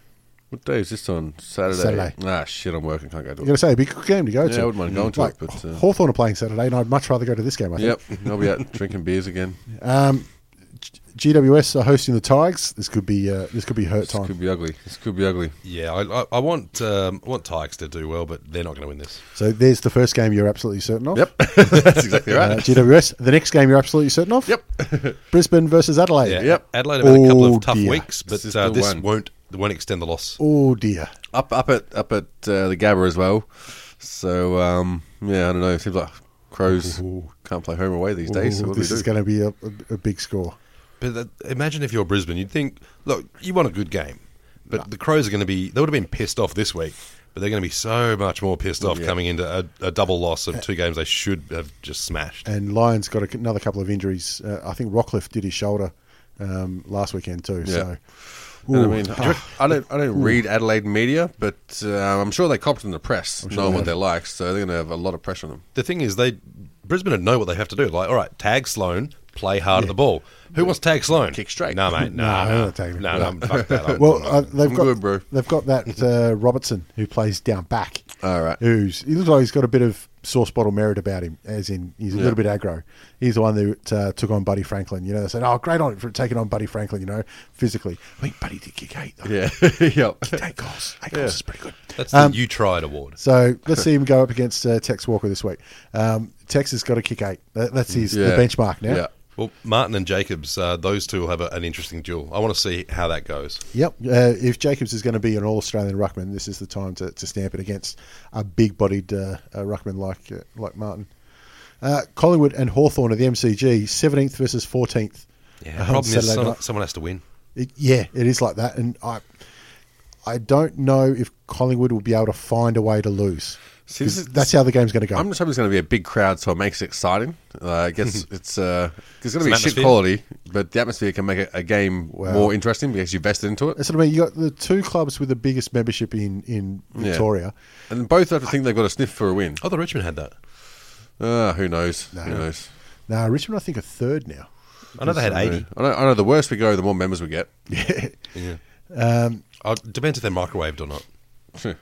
Speaker 5: What day is this on? Saturday.
Speaker 3: Saturday.
Speaker 5: Ah, shit, I'm working. Can't go
Speaker 3: I'm
Speaker 5: to
Speaker 3: going to
Speaker 5: it.
Speaker 3: say, it'd be a good game to go to.
Speaker 5: I wouldn't mind going to it,
Speaker 3: like,
Speaker 5: but, uh,
Speaker 3: Hawthorne are playing Saturday, and I'd much rather go to this game, I think.
Speaker 5: Yep, I'll be out drinking beers again.
Speaker 3: Um, G- GWS are hosting the Tigers. This could be uh, this could be hurt
Speaker 5: This could
Speaker 3: time.
Speaker 5: be ugly. This could be ugly.
Speaker 4: Yeah, I, I, I want um, I want Tykes to do well, but they're not going to win this.
Speaker 3: So there's the first game you're absolutely certain of.
Speaker 5: Yep, that's exactly
Speaker 3: Uh,
Speaker 5: right.
Speaker 3: GWS. The next game you're absolutely certain of.
Speaker 5: Yep.
Speaker 3: Brisbane versus Adelaide.
Speaker 4: Yeah,
Speaker 5: Yep.
Speaker 4: Adelaide have had a couple
Speaker 3: Oh,
Speaker 4: of tough
Speaker 3: dear.
Speaker 4: weeks, but
Speaker 5: This is
Speaker 4: uh,
Speaker 5: the
Speaker 4: this
Speaker 5: one.
Speaker 4: won't won't extend the loss.
Speaker 3: Oh dear.
Speaker 5: up up at up at uh, the Gabba as well. So um, yeah, I don't know. It seems like crows can't play home away these days. so
Speaker 3: Ooh,
Speaker 5: what do
Speaker 3: this
Speaker 5: they
Speaker 3: is
Speaker 5: do?
Speaker 3: going to be a, a, a big score.
Speaker 4: But that, imagine if you're Brisbane, you'd think, look, you want a good game, but the Crows are going to be. They would have been pissed off this week, but they're going to be so much more pissed off coming into a, a double loss of two games they should have just smashed.
Speaker 3: And Lions got a, another couple of injuries. Uh, I think Rockcliffe did his shoulder um, last weekend too.
Speaker 5: Yeah.
Speaker 3: So,
Speaker 5: And I
Speaker 3: Ooh.
Speaker 5: mean, I don't, I don't read Adelaide media, but uh, I'm sure they copped in the press, knowing what they're like. So they're going to have a lot of pressure on them.
Speaker 4: the thing is, they Brisbane would know what they have to do. Like, all right, tag Sloan, play hard at the ball. Who wants tag Sloan?
Speaker 5: Kick straight.
Speaker 4: No, mate. No,
Speaker 3: Nah, I'm
Speaker 4: no,
Speaker 3: not taking it.
Speaker 4: no, no, fuck that. I'm-
Speaker 3: Well, uh, they've
Speaker 5: I'm
Speaker 3: got
Speaker 5: good, bro.
Speaker 3: they've got that uh, Robertson who plays down back.
Speaker 5: All right.
Speaker 3: who's he looks like he's got a bit of sauce bottle merit about him, as in he's a little bit aggro. He's the one that uh, took on Buddy Franklin. You know, they said, "Oh, great on for taking on Buddy Franklin." You know, physically. I mean, Buddy did kick eight. Though.
Speaker 5: Yeah, yep.
Speaker 3: Kicked eight goals. Eight goals is pretty good. Um,
Speaker 4: that's the you tried award.
Speaker 3: So let's see him go up against uh, Tex Walker this week. Um, Tex has got to kick eight. That, that's his the
Speaker 5: Yeah.
Speaker 3: benchmark now.
Speaker 5: Yeah.
Speaker 4: Well, Martin and Jacobs, uh, those two will have a, an interesting duel. I want to see how that goes.
Speaker 3: Yep. Uh, if Jacobs is going to be an All Australian ruckman, this is the time to, to stamp it against a big bodied uh, uh, ruckman like uh, like Martin. Uh, Collingwood and Hawthorn at the MCG, 17th versus Uh, 14th.
Speaker 4: Yeah,
Speaker 3: on
Speaker 4: problem is
Speaker 3: Saturday
Speaker 4: someone,
Speaker 3: night.
Speaker 4: someone has to win.
Speaker 3: It, yeah, it is like that. And I I don't know if Collingwood will be able to find a way to lose.
Speaker 5: See, this
Speaker 3: 'Cause
Speaker 5: is-
Speaker 3: that's how the game's going to go.
Speaker 5: I'm just hoping it's going to be a big crowd, so it makes it exciting. Uh, it gets it's uh, it's going
Speaker 4: Some
Speaker 5: to be shit
Speaker 4: atmosphere.
Speaker 5: quality, but the atmosphere can make a, a game
Speaker 3: Wow.
Speaker 5: more interesting because you vested into it.
Speaker 3: That's what Uh, I mean. You got the two clubs with the biggest membership in, in
Speaker 5: Yeah.
Speaker 3: Victoria.
Speaker 5: And both have to think they've got a sniff for a win.
Speaker 4: Oh, the Richmond had that.
Speaker 5: Uh, who knows? Who knows?
Speaker 3: Now, Richmond, I think, are third now.
Speaker 4: I know they had 80.
Speaker 5: I know, I know the worse we go, the more members we get.
Speaker 4: Oh, it depends if they're microwaved or not.
Speaker 5: yeah,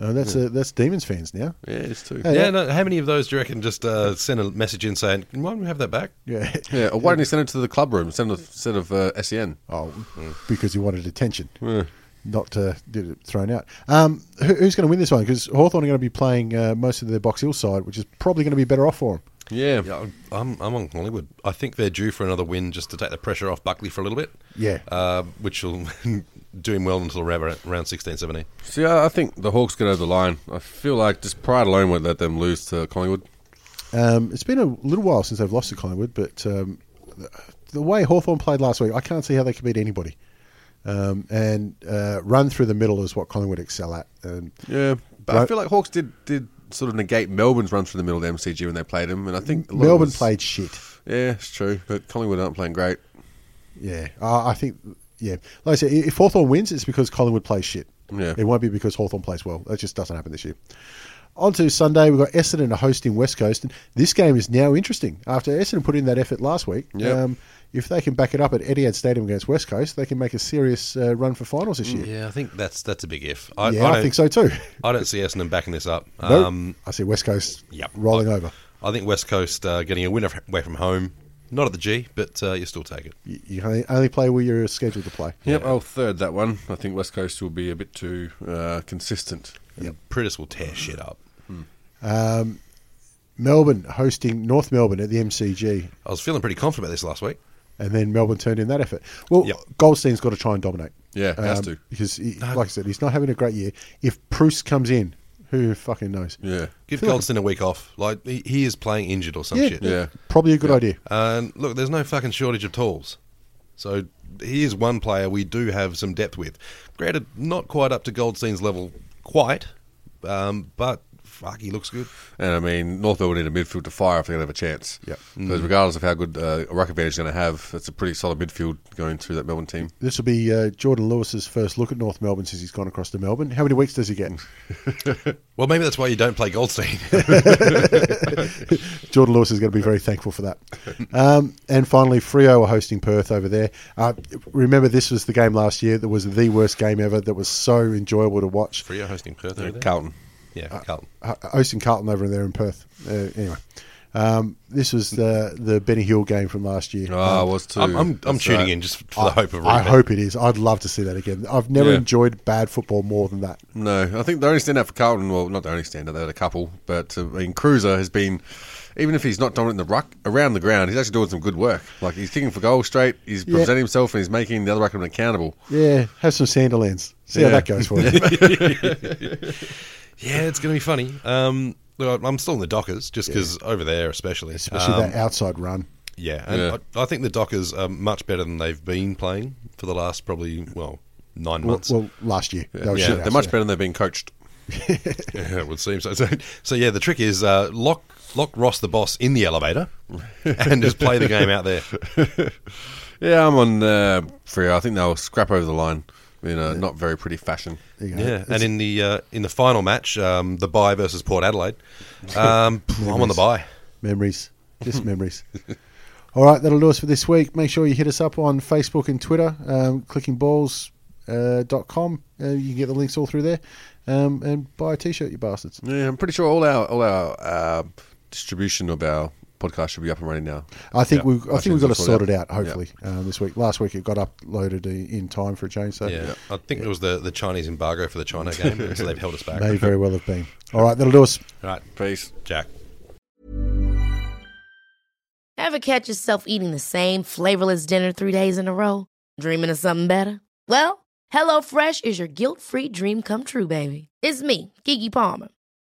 Speaker 3: Uh, that's
Speaker 5: Hmm.
Speaker 3: uh, that's Demons fans now.
Speaker 5: it's too.
Speaker 3: Yeah.
Speaker 4: Yeah, no, how many of those do you reckon just uh, send a message in saying, why don't we have that back?
Speaker 3: Yeah.
Speaker 5: Yeah, or why don't you send it to the club room instead of, instead of uh, SEN?
Speaker 3: Oh, because he wanted attention, not to get it thrown out. Um, who, who's going to win this one? Because Hawthorn are going to be playing uh, most of their Box Hill side, which is probably going to be better off for them.
Speaker 5: Yeah.
Speaker 4: Yeah, I'm- I'm, I'm on Hollywood. I think they're due for another win just to take the pressure off Buckley for a little bit.
Speaker 3: Yeah.
Speaker 4: Uh, which will do him well until around, around 16, 17.
Speaker 5: See, I I think the Hawks get over the line. I feel like just pride alone won't let them lose to Collingwood.
Speaker 3: Um, it's been a little while since they've lost to Collingwood, but um, the, the way Hawthorn played last week, I can't see how they can beat anybody. Um, and uh, run through the middle is what Collingwood excel at. And
Speaker 5: Yeah, but I
Speaker 3: Right.
Speaker 5: feel like Hawks did did sort of negate Melbourne's run through the middle of the MCG when they played them, and I think a lot of
Speaker 3: Melbourne
Speaker 5: us-
Speaker 3: played shit.
Speaker 5: Yeah, it's true, but Collingwood aren't playing great.
Speaker 3: Yeah, I I think. Yeah, like I said, if Hawthorn wins, it's because Collingwood plays shit.
Speaker 5: Yeah.
Speaker 3: it won't be because Hawthorn plays well. That just doesn't happen this year. On to Sunday, we've got Essendon hosting West Coast, and this game is now interesting. After Essendon put in that effort last week, um,
Speaker 5: Yep.
Speaker 3: if they can back it up at Etihad Stadium against West Coast, they can make a serious uh, run for finals this year.
Speaker 4: Yeah, I think that's that's a big if. I,
Speaker 3: Yeah, I,
Speaker 4: don't-
Speaker 3: think so too.
Speaker 4: I don't see Essendon backing this up.
Speaker 3: Nope.
Speaker 4: Um,
Speaker 3: I see West Coast
Speaker 4: yep.
Speaker 3: rolling
Speaker 4: I,
Speaker 3: over.
Speaker 4: I think West Coast uh, getting a win af- away from home. Not at the G, but uh, you still take it.
Speaker 3: You- You can only play where you're scheduled to play.
Speaker 5: Yep, I'll third that one. I think West Coast will be a bit too uh, consistent.
Speaker 4: Yep. Pritis will tear shit up.
Speaker 3: Melbourne hosting North Melbourne at the MCG,
Speaker 4: I was feeling pretty confident about this last week.
Speaker 3: and then Melbourne turned in that effort. Well,
Speaker 4: Yep.
Speaker 3: Goldstein's got to try and dominate. Um,
Speaker 5: Yeah, has to.
Speaker 3: because, he, like I said, he's not having a great year. If Proust comes in, who fucking knows?
Speaker 5: Yeah.
Speaker 4: Give
Speaker 3: feel like-
Speaker 4: Goldstein a week off. Like he, he is playing injured or some
Speaker 3: Yeah,
Speaker 4: shit.
Speaker 5: Yeah.
Speaker 3: probably a good idea.
Speaker 4: And look, there's no fucking shortage of tools. So he is one player we do have some depth with. Granted, not quite up to Goldstein's level, quite, um, but fuck, he looks good.
Speaker 5: And I mean, North Melbourne need a midfield to fire if they're going to have a chance.
Speaker 3: Yep.
Speaker 5: Because regardless of how good uh, a ruck advantage they're going to have, it's a pretty solid midfield going through that Melbourne team.
Speaker 3: This will be uh, Jordan Lewis's first look at North Melbourne since he's gone across to Melbourne. How many weeks does he get?
Speaker 4: Well, maybe that's why you don't play Goldstein.
Speaker 3: Jordan Lewis is going to be very thankful for that. Um, and finally, Frio are hosting Perth over there. Uh, remember, this was the game last year that was the worst game ever. That was so enjoyable to watch.
Speaker 4: Freo hosting Perth. over there?
Speaker 5: Carlton.
Speaker 4: Yeah, Carlton.
Speaker 3: Ho- hosting uh, Carlton over there in Perth. Uh, anyway, um, this was the the Benny Hill game from last year.
Speaker 5: Oh, I
Speaker 3: Um,
Speaker 5: was too.
Speaker 4: I'm, I'm, I'm
Speaker 5: That's
Speaker 4: tuning
Speaker 5: right.
Speaker 4: in just for the hope of. a
Speaker 3: I
Speaker 4: repeat.
Speaker 3: hope it is. I'd love to see that again. I've never
Speaker 5: Yeah.
Speaker 3: enjoyed bad football more than that.
Speaker 5: No, I think the only standout for Carlton, well, not the only standout, they had a couple, but uh, I mean, Cruiser has been, even if he's not dominant in the ruck, around the ground, he's actually doing some good work. Like, he's kicking for goal straight, he's
Speaker 3: Yeah.
Speaker 5: presenting himself, and he's making the other ruckman accountable.
Speaker 3: Yeah, have some Sanderlands. See how
Speaker 5: Yeah.
Speaker 3: that goes for you.
Speaker 4: Yeah, it's going to be funny. Um, look, I'm still in the Dockers just because over there, especially.
Speaker 3: Especially
Speaker 4: Um,
Speaker 3: that outside run.
Speaker 4: Yeah, and
Speaker 5: Yeah.
Speaker 4: I, I think the Dockers are much better than they've been playing for the last probably well nine
Speaker 3: Well,
Speaker 4: months.
Speaker 3: well, last year. They were
Speaker 5: Yeah,
Speaker 3: shit
Speaker 5: they're
Speaker 3: outs,
Speaker 5: much
Speaker 3: yeah.
Speaker 5: better than they've been coached.
Speaker 4: Yeah, it would seem so. So, so yeah, the trick is uh, lock lock Ross the boss in the elevator and just play the game out there.
Speaker 5: Yeah, I'm on uh, Freo. I think they'll scrap over the line in a not very pretty fashion.
Speaker 3: you know.
Speaker 4: Yeah, and in the uh, in the final match, um, the bye versus Port Adelaide. Um, I'm on the bye.
Speaker 3: Memories. Just memories. All right, that'll do us for this week. Make sure you hit us up on Facebook and Twitter, um, clickingballs.com. Uh, dot com. uh, you can get the links all through there. Um, and buy a t shirt, you bastards.
Speaker 5: Yeah, I'm pretty sure all our all our uh, distribution of our podcast should be up and running now.
Speaker 3: I think
Speaker 5: Yeah.
Speaker 3: we I think
Speaker 5: iTunes
Speaker 3: we've got to
Speaker 5: will
Speaker 3: sort
Speaker 5: sort
Speaker 3: it
Speaker 5: it
Speaker 3: out. Hopefully um, this week. Last week it got uploaded i- in time for a change, so
Speaker 4: Yeah, I think it was the, the Chinese embargo for the China game, so they've held us back.
Speaker 3: may very well have been. All right, that'll do us.
Speaker 4: Right,
Speaker 5: Peace.
Speaker 4: Jack.
Speaker 7: Ever catch yourself eating the same flavorless dinner three days in a row? Dreaming of something better? Well, HelloFresh is your guilt-free dream come true, baby. It's me, Kiki Palmer.